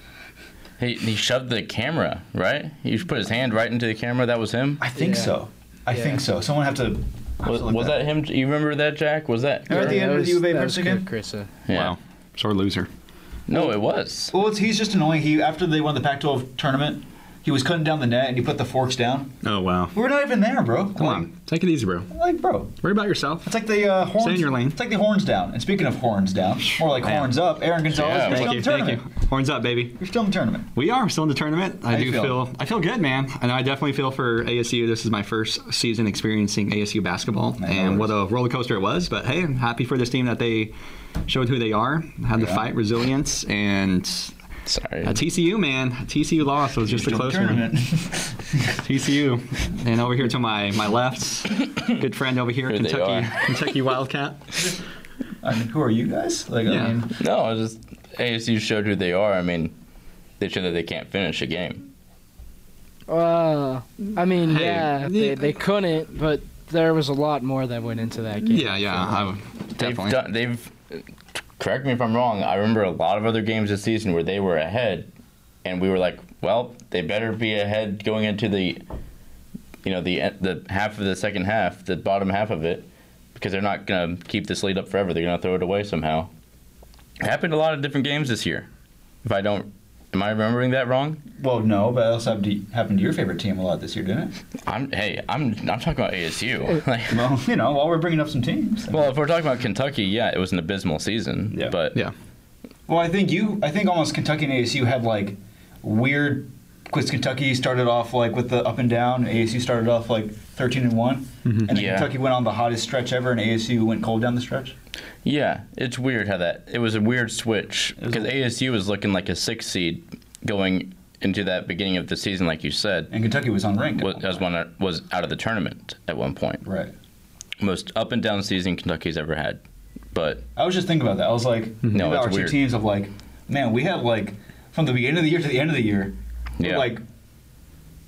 Speaker 3: He, he shoved the camera, right? He just put his hand right into the camera. That was him.
Speaker 2: I think
Speaker 5: Yeah.
Speaker 2: so. I
Speaker 5: Yeah.
Speaker 2: think so. Someone have to. have
Speaker 3: Was,
Speaker 2: to look
Speaker 3: was that him? You remember that, Jack? Was that?
Speaker 2: They're at the
Speaker 10: That
Speaker 2: end of
Speaker 10: was-
Speaker 2: the U of A
Speaker 10: that
Speaker 2: Pepsi
Speaker 10: was
Speaker 2: game?
Speaker 10: Kirk Krisa.
Speaker 3: Yeah.
Speaker 8: wow. Sore loser.
Speaker 3: No, it was.
Speaker 2: Well, it's, he's just annoying. He after they won the Pac-12 tournament, he was cutting down the net and he put the forks down.
Speaker 8: Oh wow.
Speaker 2: We were not even there, bro.
Speaker 8: Come on, take it easy, bro.
Speaker 2: on, like bro.
Speaker 8: Worry about yourself.
Speaker 2: It's like the uh, horns.
Speaker 8: Stay in your lane.
Speaker 2: It's like the horns down. And speaking of horns down, more like
Speaker 8: Man.
Speaker 2: horns up. Aaron Gonzalez,
Speaker 3: Yeah,
Speaker 2: you're still
Speaker 8: Thank
Speaker 2: in
Speaker 8: you,
Speaker 2: the
Speaker 8: thank you.
Speaker 2: tournament.
Speaker 8: Horns up, baby.
Speaker 2: You're still in the tournament.
Speaker 8: We are still in the tournament. I
Speaker 2: How you
Speaker 8: do
Speaker 2: feel?
Speaker 8: feel? I feel good, man. And I definitely feel for ASU. This is my first season experiencing ASU basketball,
Speaker 2: Man,
Speaker 8: and
Speaker 2: that
Speaker 8: what a roller coaster it was. But hey, I'm happy for this team that they showed who they are, had the
Speaker 2: Yeah.
Speaker 8: fight, resilience, and
Speaker 3: Sorry.
Speaker 8: a TCU man. A TCU loss was just a
Speaker 2: Still in the
Speaker 8: close one. (laughs)
Speaker 2: tournament. (laughs)
Speaker 8: TCU, and over here to my my left, good friend over here,
Speaker 3: Here they
Speaker 8: Kentucky
Speaker 3: are. (laughs)
Speaker 8: Kentucky Wildcat.
Speaker 2: I mean, who are you guys? Like, I
Speaker 8: Yeah.
Speaker 2: mean,
Speaker 3: No, I just ASU showed who they are. I mean, they showed that they can't finish a game.
Speaker 5: Uh, I mean,
Speaker 8: Hey,
Speaker 5: yeah,
Speaker 8: yeah.
Speaker 5: they, they couldn't, but there was a lot more that went into that game.
Speaker 8: Yeah, yeah, I would- definitely.
Speaker 3: They've done. They've. Correct me if I'm wrong. I remember a lot of other games this season where they were ahead, and we were like, "Well, they better be ahead going into the, you know, the the half of the second half, the bottom half of it, because they're not gonna keep this lead up forever. They're gonna throw it away somehow." It happened a lot of different games this year. If I don't, am I remembering that wrong?
Speaker 2: well, no, but it also happened to, happened to your favorite team a lot this year, didn't it?
Speaker 3: I'm hey, I'm I'm talking about ASU. (laughs) Like,
Speaker 2: Well, (laughs) you know, while we're bringing up some teams.
Speaker 8: (laughs)
Speaker 3: well, if we're talking about Kentucky, yeah, it was an abysmal season.
Speaker 2: Yeah.
Speaker 3: But
Speaker 8: yeah.
Speaker 2: Well, I think you. I think almost Kentucky and ASU had like weird. Because Kentucky started off like with the up and down. and ASU started off like thirteen and one,
Speaker 8: Mm-hmm.
Speaker 2: and then
Speaker 3: Yeah.
Speaker 2: Kentucky went on the hottest stretch ever, and ASU went cold down the stretch.
Speaker 3: Yeah, it's weird how that. It was a weird switch
Speaker 2: was-
Speaker 3: because ASU was looking like a six seed going into that beginning of the season, like you said.
Speaker 2: And Kentucky was unranked.
Speaker 3: Was, was one was out of the tournament at one point.
Speaker 2: right.
Speaker 3: Most up and down season Kentucky's ever had, but
Speaker 2: I was just thinking about that. I was like,
Speaker 8: Mm-hmm.
Speaker 3: No,
Speaker 2: no,
Speaker 3: it's
Speaker 2: our two
Speaker 3: weird.
Speaker 2: teams of like, man, we have like from the beginning of the year to the end of the year,
Speaker 3: yeah,
Speaker 2: like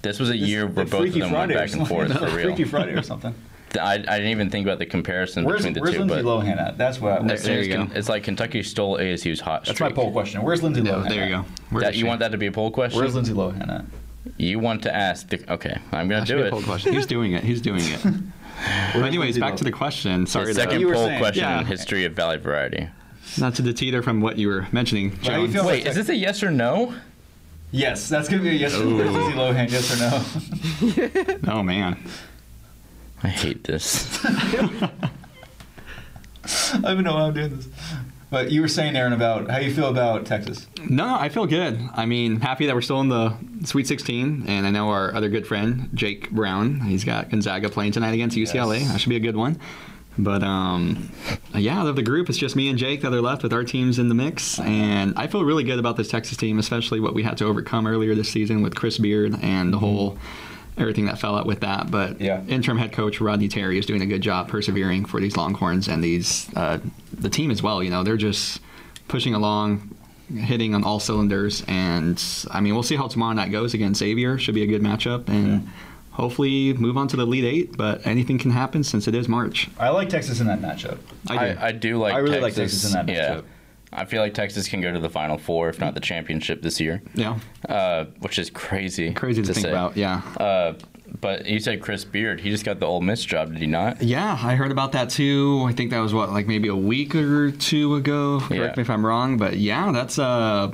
Speaker 3: this was a
Speaker 2: this-
Speaker 3: year where
Speaker 2: like
Speaker 3: both of
Speaker 2: Freaky
Speaker 3: them
Speaker 2: Friday or
Speaker 3: went back and
Speaker 2: (laughs) something.
Speaker 3: forth for real.
Speaker 2: Freaky Friday or something.
Speaker 3: I, I didn't even think about the comparison
Speaker 2: where's
Speaker 3: between the
Speaker 2: where's
Speaker 3: two,
Speaker 2: Lindsay
Speaker 3: but
Speaker 2: Lohan at? That's what. I,
Speaker 3: it's,
Speaker 2: that's,
Speaker 8: There you
Speaker 3: it's-
Speaker 8: go.
Speaker 3: it's like Kentucky stole ASU's hot
Speaker 2: that's
Speaker 3: streak.
Speaker 2: my poll question. Where's Lindsay
Speaker 8: No,
Speaker 2: Lohan?
Speaker 8: there you
Speaker 2: at?
Speaker 8: go. Where
Speaker 3: That,
Speaker 8: is
Speaker 3: you
Speaker 8: she?
Speaker 3: want that to be a poll question?
Speaker 2: Where's Lindsay Lohan at?
Speaker 3: you want to ask? The, okay, I'm gonna
Speaker 8: That should
Speaker 3: do
Speaker 8: be a
Speaker 3: it.
Speaker 8: poll question. He's doing it. He's
Speaker 3: (laughs)
Speaker 8: doing it. But anyways, back to the question. Sorry,
Speaker 3: The
Speaker 8: to-
Speaker 3: second
Speaker 2: You were
Speaker 3: poll
Speaker 2: saying-
Speaker 3: question:
Speaker 8: Yeah.
Speaker 3: History of Valley Variety.
Speaker 8: Not to deter from what you were mentioning,
Speaker 2: How you
Speaker 8: Jones.
Speaker 2: feel about
Speaker 3: Wait, is this a yes or no?
Speaker 2: Yes, that's gonna be a yes. Lindsay Lohan, yes or no? (laughs)
Speaker 8: Oh man,
Speaker 3: I hate this.
Speaker 2: I don't even know why I'm doing this. But you were saying, Aaron, about how you feel about Texas.
Speaker 8: no, I feel good. I mean, happy that we're still in the Sweet 16, and I know our other good friend Jake Brown. He's got Gonzaga playing tonight against UCLA. That should be a good one. But um, yeah, out of the group, it's just me and Jake that are left with our teams in the mix, and I feel really good about this Texas team, especially what we had to overcome earlier this season with Chris Beard and the whole everything that fell out with that. But
Speaker 2: Yeah.
Speaker 8: interim head coach Rodney Terry is doing a good job persevering for these Longhorns and these uh, the team as well. You know, they're just pushing along, hitting on all cylinders, and I mean, we'll see how tomorrow night goes against Xavier. Should be a good matchup, and Hopefully, move on to the lead eight, but anything can happen since it is March.
Speaker 2: I like Texas in that matchup.
Speaker 8: I do.
Speaker 3: I, I do like.
Speaker 2: I really like
Speaker 3: Texas.
Speaker 2: Texas in that
Speaker 3: Yeah.
Speaker 2: matchup.
Speaker 3: I feel like Texas can go to the Final Four, if not the championship this year,
Speaker 8: yeah,
Speaker 3: uh, which is crazy.
Speaker 8: crazy to, think
Speaker 3: say.
Speaker 8: about. Yeah,
Speaker 3: Uh, but you said Chris Beard. He just got the Ole Miss job, did he not?
Speaker 8: yeah, I heard about that too. I think that was what, like maybe a week or two ago. Correct
Speaker 3: Yeah.
Speaker 8: me if I'm wrong, but yeah, that's uh,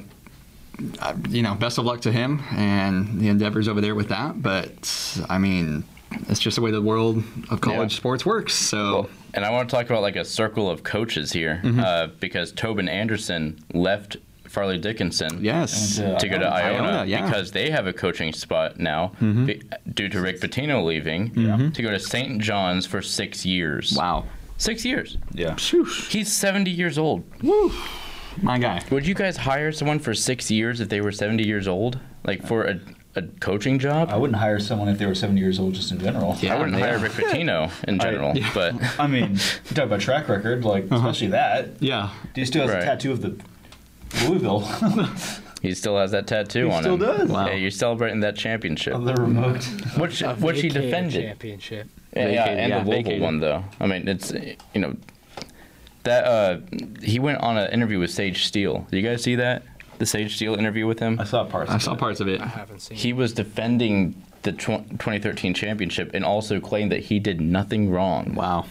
Speaker 8: uh, you know, best of luck to him and the endeavors over there with that. But I mean, it's just the way the world of college
Speaker 3: Yeah.
Speaker 8: sports works. So.
Speaker 3: And I want to talk about like a circle of coaches here
Speaker 8: Mm-hmm.
Speaker 3: uh, because Tobin Anderson left Farley Dickinson.
Speaker 8: Yes.
Speaker 2: And, uh,
Speaker 3: To go to Iona,
Speaker 8: Iona, yeah. Mm-hmm.
Speaker 3: because they have a coaching spot now be- due to Rick Pitino leaving to go to St. John's for six years.
Speaker 8: Wow.
Speaker 3: Six years.
Speaker 2: Yeah.
Speaker 8: Phew.
Speaker 3: He's 70 years old.
Speaker 8: My guy.
Speaker 3: Would you guys hire someone for six years if they were 70 years old? Like for a, a coaching job?
Speaker 2: I wouldn't hire someone if they were 70 years old just in general.
Speaker 3: I wouldn't hire Rick Pitino
Speaker 8: (laughs)
Speaker 3: in general, but
Speaker 2: I mean, you talk about track record, like, especially that.
Speaker 8: Yeah.
Speaker 2: He still has
Speaker 3: Right.
Speaker 2: a tattoo of the Louisville (laughs)
Speaker 3: he still has that tattoo
Speaker 2: He
Speaker 3: on
Speaker 2: still
Speaker 3: him.
Speaker 2: does.
Speaker 8: Wow.
Speaker 3: Yeah, you're celebrating that championship.
Speaker 2: of the remote.
Speaker 3: Which
Speaker 9: A
Speaker 3: which he
Speaker 9: vacated
Speaker 3: defended.
Speaker 9: Championship.
Speaker 3: Yeah, yeah,
Speaker 8: Vacated,
Speaker 3: and
Speaker 8: yeah,
Speaker 3: the Louisville
Speaker 8: vacated.
Speaker 3: one though. I mean, it's you know that uh he went on an interview with Sage Steele. Did you guys see that? The Sage Steele interview with him.
Speaker 2: I saw parts.
Speaker 8: I
Speaker 2: of
Speaker 8: saw
Speaker 2: it.
Speaker 8: parts of it.
Speaker 9: I haven't seen.
Speaker 3: He was defending the tw- 2013 championship and also claimed that he did nothing wrong.
Speaker 8: Wow.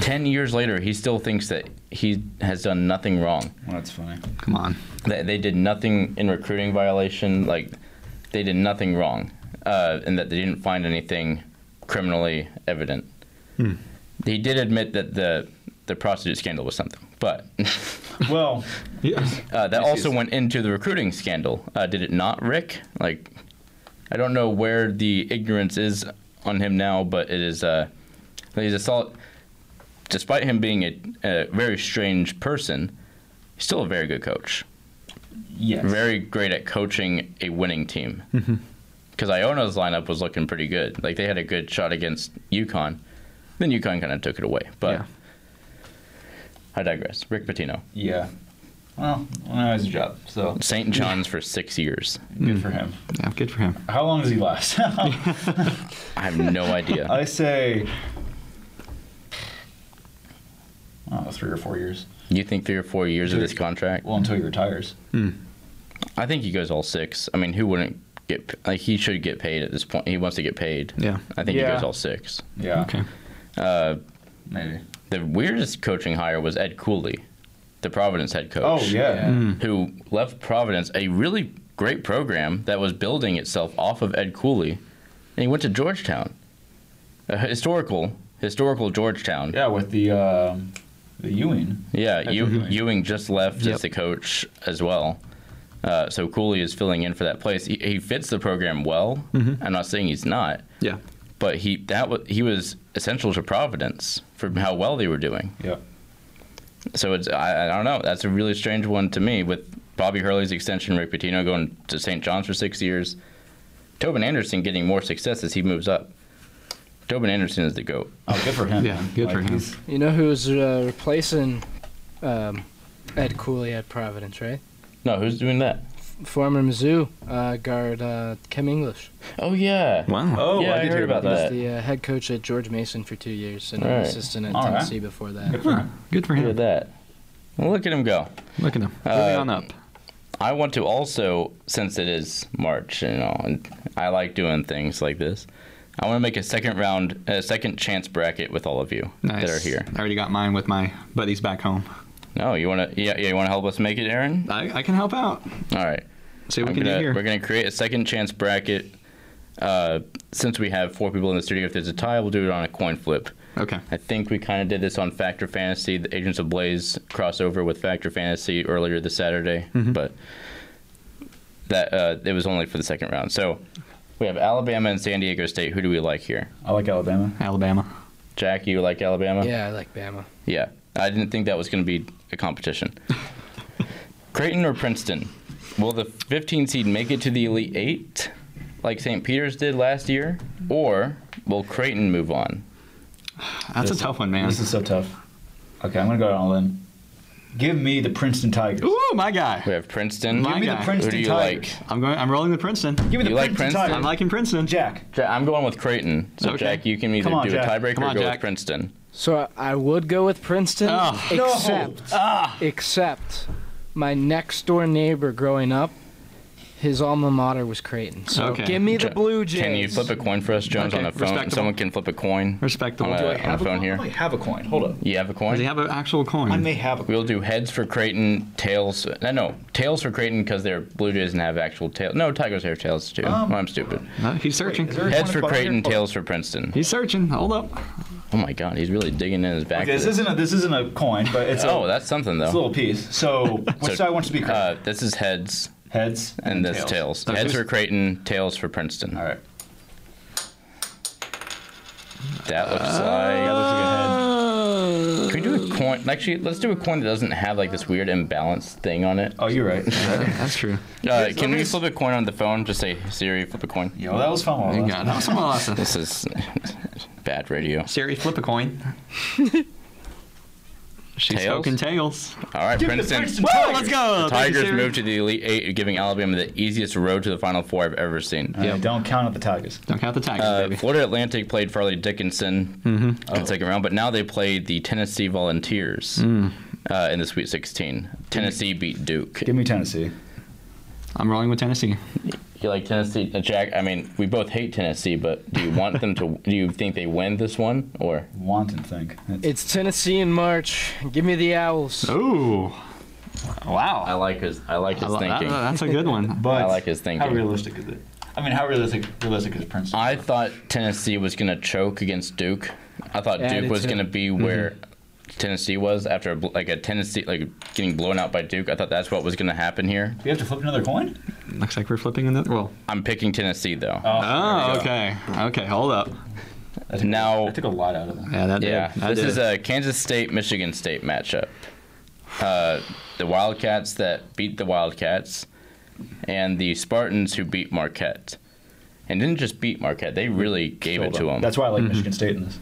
Speaker 3: 10 years later, he still thinks that he has done nothing wrong.
Speaker 2: That's funny.
Speaker 8: Come on.
Speaker 3: That they did nothing in recruiting violation, like they did nothing wrong, uh, and that they didn't find anything criminally evident. He did admit that the the prostitute scandal was something, but
Speaker 2: (laughs)
Speaker 3: (laughs)
Speaker 2: Well,
Speaker 8: Yes.
Speaker 3: uh, that also went into the recruiting scandal. Uh, did it not, Rick? Like, I don't know where the ignorance is on him now, but it is. Uh, he's assault. Despite him being a, a very strange person, he's still a very good coach.
Speaker 2: yes.
Speaker 3: Very great at coaching a winning team. Because Iona's lineup was looking pretty good. Like they had a good shot against UConn. Then UConn kind of took it away. But
Speaker 8: Yeah.
Speaker 3: I digress. Rick Pitino,
Speaker 2: Yeah. Well, now has a job, so
Speaker 3: St. John's for six years.
Speaker 2: good for him.
Speaker 8: Yeah, good for him.
Speaker 2: How long does he last? (laughs)
Speaker 3: I have no idea.
Speaker 2: I say, oh, three or four years.
Speaker 3: You think three or four years of this contract?
Speaker 2: Well, until he retires.
Speaker 3: I think he goes all six. I mean, who wouldn't get like he should get paid at this point? He wants to get paid.
Speaker 8: Yeah.
Speaker 3: I think he
Speaker 5: Yeah.
Speaker 3: goes all six. Uh,
Speaker 2: Yeah,
Speaker 8: Okay.
Speaker 2: maybe.
Speaker 3: The weirdest coaching hire was Ed Cooley, the Providence head coach.
Speaker 2: Oh yeah.
Speaker 3: who left Providence, a really great program that was building itself off of Ed Cooley, and he went to Georgetown, a historical historical Georgetown.
Speaker 2: Yeah, with the um, the Ewing.
Speaker 3: Yeah,
Speaker 2: Ed
Speaker 3: Ew-
Speaker 2: Cooley.
Speaker 3: Ewing just left
Speaker 8: Yep.
Speaker 3: as the coach as well. Uh, so Cooley is filling in for that place. He, he fits the program well. I'm not saying he's not,
Speaker 8: Mm-hmm. Yeah.
Speaker 3: but he that was he was essential to Providence for how well they were doing.
Speaker 2: Yeah.
Speaker 3: So it's I, I don't know. That's a really strange one to me with Bobby Hurley's extension, Rick Pitino going to St. John's for six years, Tobin Anderson getting more success as he moves up. Tobin Anderson is the goat.
Speaker 2: Oh, good for him.
Speaker 8: Yeah,
Speaker 2: man.
Speaker 8: good for him.
Speaker 2: he's-
Speaker 9: You know who's uh, replacing um, Ed Cooley at Providence, right?
Speaker 3: No, who's doing that?
Speaker 9: Former Mizzou uh, guard uh, Kim English.
Speaker 3: Oh yeah.
Speaker 8: Wow.
Speaker 2: Oh,
Speaker 3: yeah,
Speaker 2: I
Speaker 3: I,
Speaker 2: did
Speaker 3: heard
Speaker 2: hear
Speaker 3: about
Speaker 9: He was
Speaker 3: that.
Speaker 9: the uh, head coach at George Mason for two years and an
Speaker 3: Right.
Speaker 9: assistant at
Speaker 2: All right.
Speaker 9: Tennessee before that.
Speaker 2: for him.
Speaker 8: Good for
Speaker 3: Look at
Speaker 8: him.
Speaker 3: that. uh, Well, look at him go.
Speaker 8: Look at him. Moving on up.
Speaker 3: I want to also, since it is March, you know, and I like doing things like this. I want to make a second round, a second chance bracket with all of you
Speaker 8: Nice.
Speaker 3: that are here.
Speaker 8: I already got mine with my buddies back home.
Speaker 3: No, you want to? Yeah, yeah, you want to help us make it, Aaron?
Speaker 8: I, I can help out.
Speaker 3: All right.
Speaker 8: See what
Speaker 3: I'm
Speaker 8: we can
Speaker 3: gonna-
Speaker 8: do here.
Speaker 3: We're going to create a second chance bracket. Uh, since we have four people in the studio, if there's a tie, we'll do it on a coin flip.
Speaker 8: Okay.
Speaker 3: I think we kind of did this on Factor Fantasy, the Agents of Blaze crossover with Factor Fantasy earlier this Saturday, but that uh, it was only for the second round. So we have Alabama and San Diego State. Who do we like here?
Speaker 2: I like Alabama.
Speaker 8: Alabama.
Speaker 3: Jack, you like Alabama?
Speaker 9: Yeah, I like Bama.
Speaker 3: Yeah. I didn't think that was going to be a competition. Creighton or Princeton? Will the 15 seed make it to the Elite Eight like St. Peter's did last year? Or will Creighton move on?
Speaker 8: That's a tough one, man.
Speaker 2: This is so tough. Okay, I'm gonna go all in. Give me the Princeton Tigers.
Speaker 8: Ooh, my guy.
Speaker 3: We have Princeton.
Speaker 8: My
Speaker 2: Give me
Speaker 8: guy.
Speaker 2: the
Speaker 3: Who do
Speaker 2: Princeton
Speaker 3: you
Speaker 2: Tigers.
Speaker 3: like?
Speaker 8: I'm going. I'm rolling with Princeton.
Speaker 2: Give me the
Speaker 3: You like
Speaker 2: Princeton,
Speaker 3: Princeton?
Speaker 2: Tigers.
Speaker 8: I'm liking Princeton.
Speaker 2: Jack.
Speaker 3: Ja- I'm going with Creighton. So
Speaker 8: Okay.
Speaker 3: Jack, you can either
Speaker 2: Come on,
Speaker 3: do
Speaker 2: Jack.
Speaker 3: a tiebreaker
Speaker 8: Come
Speaker 3: or
Speaker 8: on,
Speaker 3: go
Speaker 8: Jack.
Speaker 3: with Princeton.
Speaker 9: So I would go with Princeton,
Speaker 8: Oh.
Speaker 9: except except my next door neighbor growing up, his alma mater was Creighton. So
Speaker 8: Okay.
Speaker 9: give me the
Speaker 3: Ja-
Speaker 9: Blue Jays.
Speaker 3: Can you flip a coin for us, Jones,
Speaker 8: Okay,
Speaker 3: on the phone?
Speaker 8: respectable.
Speaker 3: Someone can flip a coin on
Speaker 8: Respectable.
Speaker 3: a,
Speaker 8: Do I
Speaker 3: on a phone
Speaker 2: I
Speaker 3: here. Hmm.
Speaker 2: might have a coin. Hold up.
Speaker 3: You have a
Speaker 8: Does he
Speaker 3: coin?
Speaker 8: have an actual coin?
Speaker 2: I may have a coin.
Speaker 3: We'll do heads for Creighton, tails. No, no, tails for Creighton because they're Blue Jays and have actual tails. No, Tigers have tails too.
Speaker 2: Um,
Speaker 3: I'm stupid.
Speaker 8: Uh, he's searching.
Speaker 2: Wait, is there-
Speaker 3: Heads for
Speaker 2: one o'clock
Speaker 3: Creighton,
Speaker 2: here?
Speaker 3: tails for Princeton.
Speaker 8: he's searching. Hold up.
Speaker 3: Oh my God, he's really digging in his back.
Speaker 2: Okay, this
Speaker 3: for this.
Speaker 2: isn't a this isn't a coin, but it's a,
Speaker 3: oh, that's something
Speaker 2: it's a
Speaker 3: though.
Speaker 2: little piece.
Speaker 3: (laughs)
Speaker 2: So which
Speaker 3: So,
Speaker 2: side wants to be correct?
Speaker 3: Uh, this is heads
Speaker 2: Heads
Speaker 3: and this tails.
Speaker 8: That's
Speaker 3: Heads
Speaker 8: just-
Speaker 3: for Creighton, tails for Princeton.
Speaker 2: All right.
Speaker 3: That looks
Speaker 2: Uh, That
Speaker 3: like.
Speaker 2: looks like a head.
Speaker 3: Can we do a coin? Actually, let's do a coin that doesn't have like this weird imbalanced thing on it. (laughs)
Speaker 2: Oh, you're right.
Speaker 8: That's true.
Speaker 3: Uh, can we flip a coin on the phone? Just say Siri, flip a coin.
Speaker 2: Yo, that was fun. while it
Speaker 8: You
Speaker 2: lasted.
Speaker 8: got it. That was some lesson.
Speaker 3: This is (laughs) bad radio.
Speaker 8: Siri, flip a coin. (laughs) She's
Speaker 3: Tails?
Speaker 8: spoken tails.
Speaker 3: All right,
Speaker 2: Give me the
Speaker 3: Princeton.
Speaker 2: Princeton
Speaker 8: Woo,
Speaker 2: Tigers.
Speaker 8: let's go. Thank you,
Speaker 3: Tigers
Speaker 8: Siri.
Speaker 3: move to the Elite Eight, giving Alabama the easiest road to the Final Four I've ever seen.
Speaker 2: All right, Don't count out the Tigers.
Speaker 8: Don't count the Tigers,
Speaker 3: Uh,
Speaker 8: baby.
Speaker 3: Florida Atlantic played Farley Dickinson in the second round, but now they play the Tennessee Volunteers uh, in the Sweet 16. Tennessee beat Duke.
Speaker 2: Give me Tennessee.
Speaker 8: I'm rolling with Tennessee.
Speaker 3: You like Tennessee, uh, Jack? I mean, we both hate Tennessee, but do you want them to? Do you think they win this one, or
Speaker 2: Want and think. That's-
Speaker 9: It's Tennessee in March. Give me the Owls.
Speaker 8: Oh. Ooh.
Speaker 3: I
Speaker 8: Wow.
Speaker 3: like his? I like his thinking.
Speaker 8: that's a
Speaker 2: (laughs)
Speaker 8: good one.
Speaker 2: but
Speaker 3: I like his
Speaker 2: How
Speaker 3: thinking.
Speaker 2: realistic is it? I mean, how realistic realistic is Princeton?
Speaker 3: I thought Tennessee was going to choke against Duke. I thought
Speaker 9: Yeah, I
Speaker 3: Duke
Speaker 9: did
Speaker 3: was
Speaker 9: too.
Speaker 3: going to be where Tennessee was after a bl- like a Tennessee like getting blown out by Duke. I thought that's what was going to happen here.
Speaker 2: Do we have to flip another coin?
Speaker 8: Looks like we're flipping another. Well.
Speaker 3: I'm picking Tennessee though.
Speaker 2: there we
Speaker 8: Oh,
Speaker 2: go.
Speaker 8: okay. Okay, hold up.
Speaker 2: That took-
Speaker 3: Now-
Speaker 2: that took a lot out of them.
Speaker 8: Yeah, that did.
Speaker 3: yeah,
Speaker 8: That
Speaker 3: this
Speaker 8: did.
Speaker 3: is a Kansas State Michigan State matchup. Uh, the Wildcats that beat the Wildcats, and the Spartans who beat Marquette, and didn't just beat Marquette. They really gave it
Speaker 2: Sold
Speaker 3: to
Speaker 2: out.
Speaker 3: them.
Speaker 2: That's why I like Michigan State in this.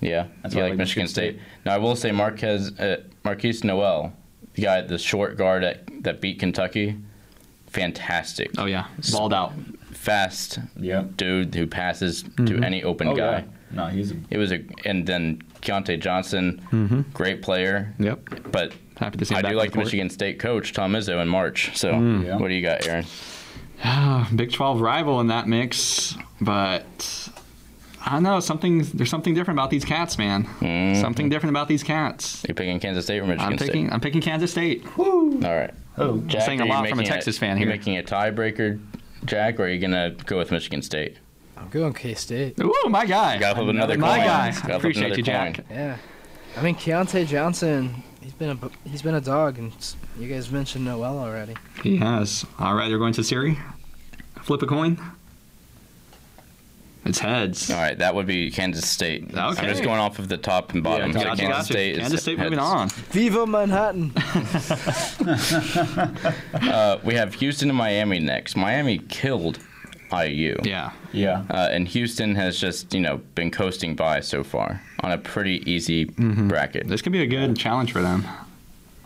Speaker 3: Yeah,
Speaker 2: That's
Speaker 3: you
Speaker 2: why I
Speaker 3: like
Speaker 2: like
Speaker 3: Michigan
Speaker 2: Michigan
Speaker 3: State. Now I will say Marquez, uh, Marquise Noel, the guy, the short guard at, that beat Kentucky, fantastic,
Speaker 8: Oh yeah, balled out.
Speaker 3: fast
Speaker 2: Yeah.
Speaker 3: dude who passes to any open
Speaker 2: Oh,
Speaker 3: guy.
Speaker 2: yeah. No, he's a
Speaker 3: It was a, and then Keontae Johnson,
Speaker 2: Mm-hmm.
Speaker 3: great player,
Speaker 8: Yep.
Speaker 3: but.
Speaker 8: Happy to see.
Speaker 3: I
Speaker 8: him back Hmm.
Speaker 3: do
Speaker 8: on
Speaker 3: like
Speaker 8: the court.
Speaker 3: Michigan State coach Tom Izzo in March. So,
Speaker 2: Yeah.
Speaker 3: what do you got, Aaron?
Speaker 8: Ah, Big 12 rival in that mix, but I don't know. Something there's something different about these cats, man.
Speaker 3: Mm-hmm.
Speaker 8: Something different about these cats.
Speaker 3: You picking Kansas State or Michigan
Speaker 8: I'm picking. I'm picking Kansas State.
Speaker 3: State? All right,
Speaker 2: oh.
Speaker 3: Jack,
Speaker 8: saying a
Speaker 3: are you
Speaker 8: lot from a
Speaker 3: making
Speaker 8: Texas fan
Speaker 3: you
Speaker 8: here.
Speaker 3: Making a tiebreaker, Jack, or are you gonna go with Michigan State?
Speaker 9: I'm going K State.
Speaker 8: Ooh, my guy.
Speaker 3: Gotta flip another coin.
Speaker 8: my guy.
Speaker 3: Gotta flip
Speaker 8: Appreciate
Speaker 3: another
Speaker 8: you, Jack.
Speaker 3: coin.
Speaker 9: Yeah. I mean Keontae Johnson. He's been a bu- he's been a dog, and s- you guys mentioned Noel already.
Speaker 8: He has. All right, you're going to Siri. Flip a coin. It's heads.
Speaker 3: All right, that would be Kansas State. I'm
Speaker 8: Okay.
Speaker 3: just going off of the top and bottom.
Speaker 8: Gotcha,
Speaker 3: So Kansas
Speaker 8: gotcha.
Speaker 3: State. is
Speaker 8: Kansas State moving
Speaker 3: heads.
Speaker 8: on.
Speaker 9: Viva Manhattan.
Speaker 3: Uh, we have Houston and Miami next. Miami killed IU.
Speaker 8: Yeah.
Speaker 2: Yeah.
Speaker 3: Uh, and Houston has just you know been coasting by so far on a pretty easy
Speaker 8: Mm-hmm.
Speaker 3: bracket.
Speaker 8: This could be a good challenge for them.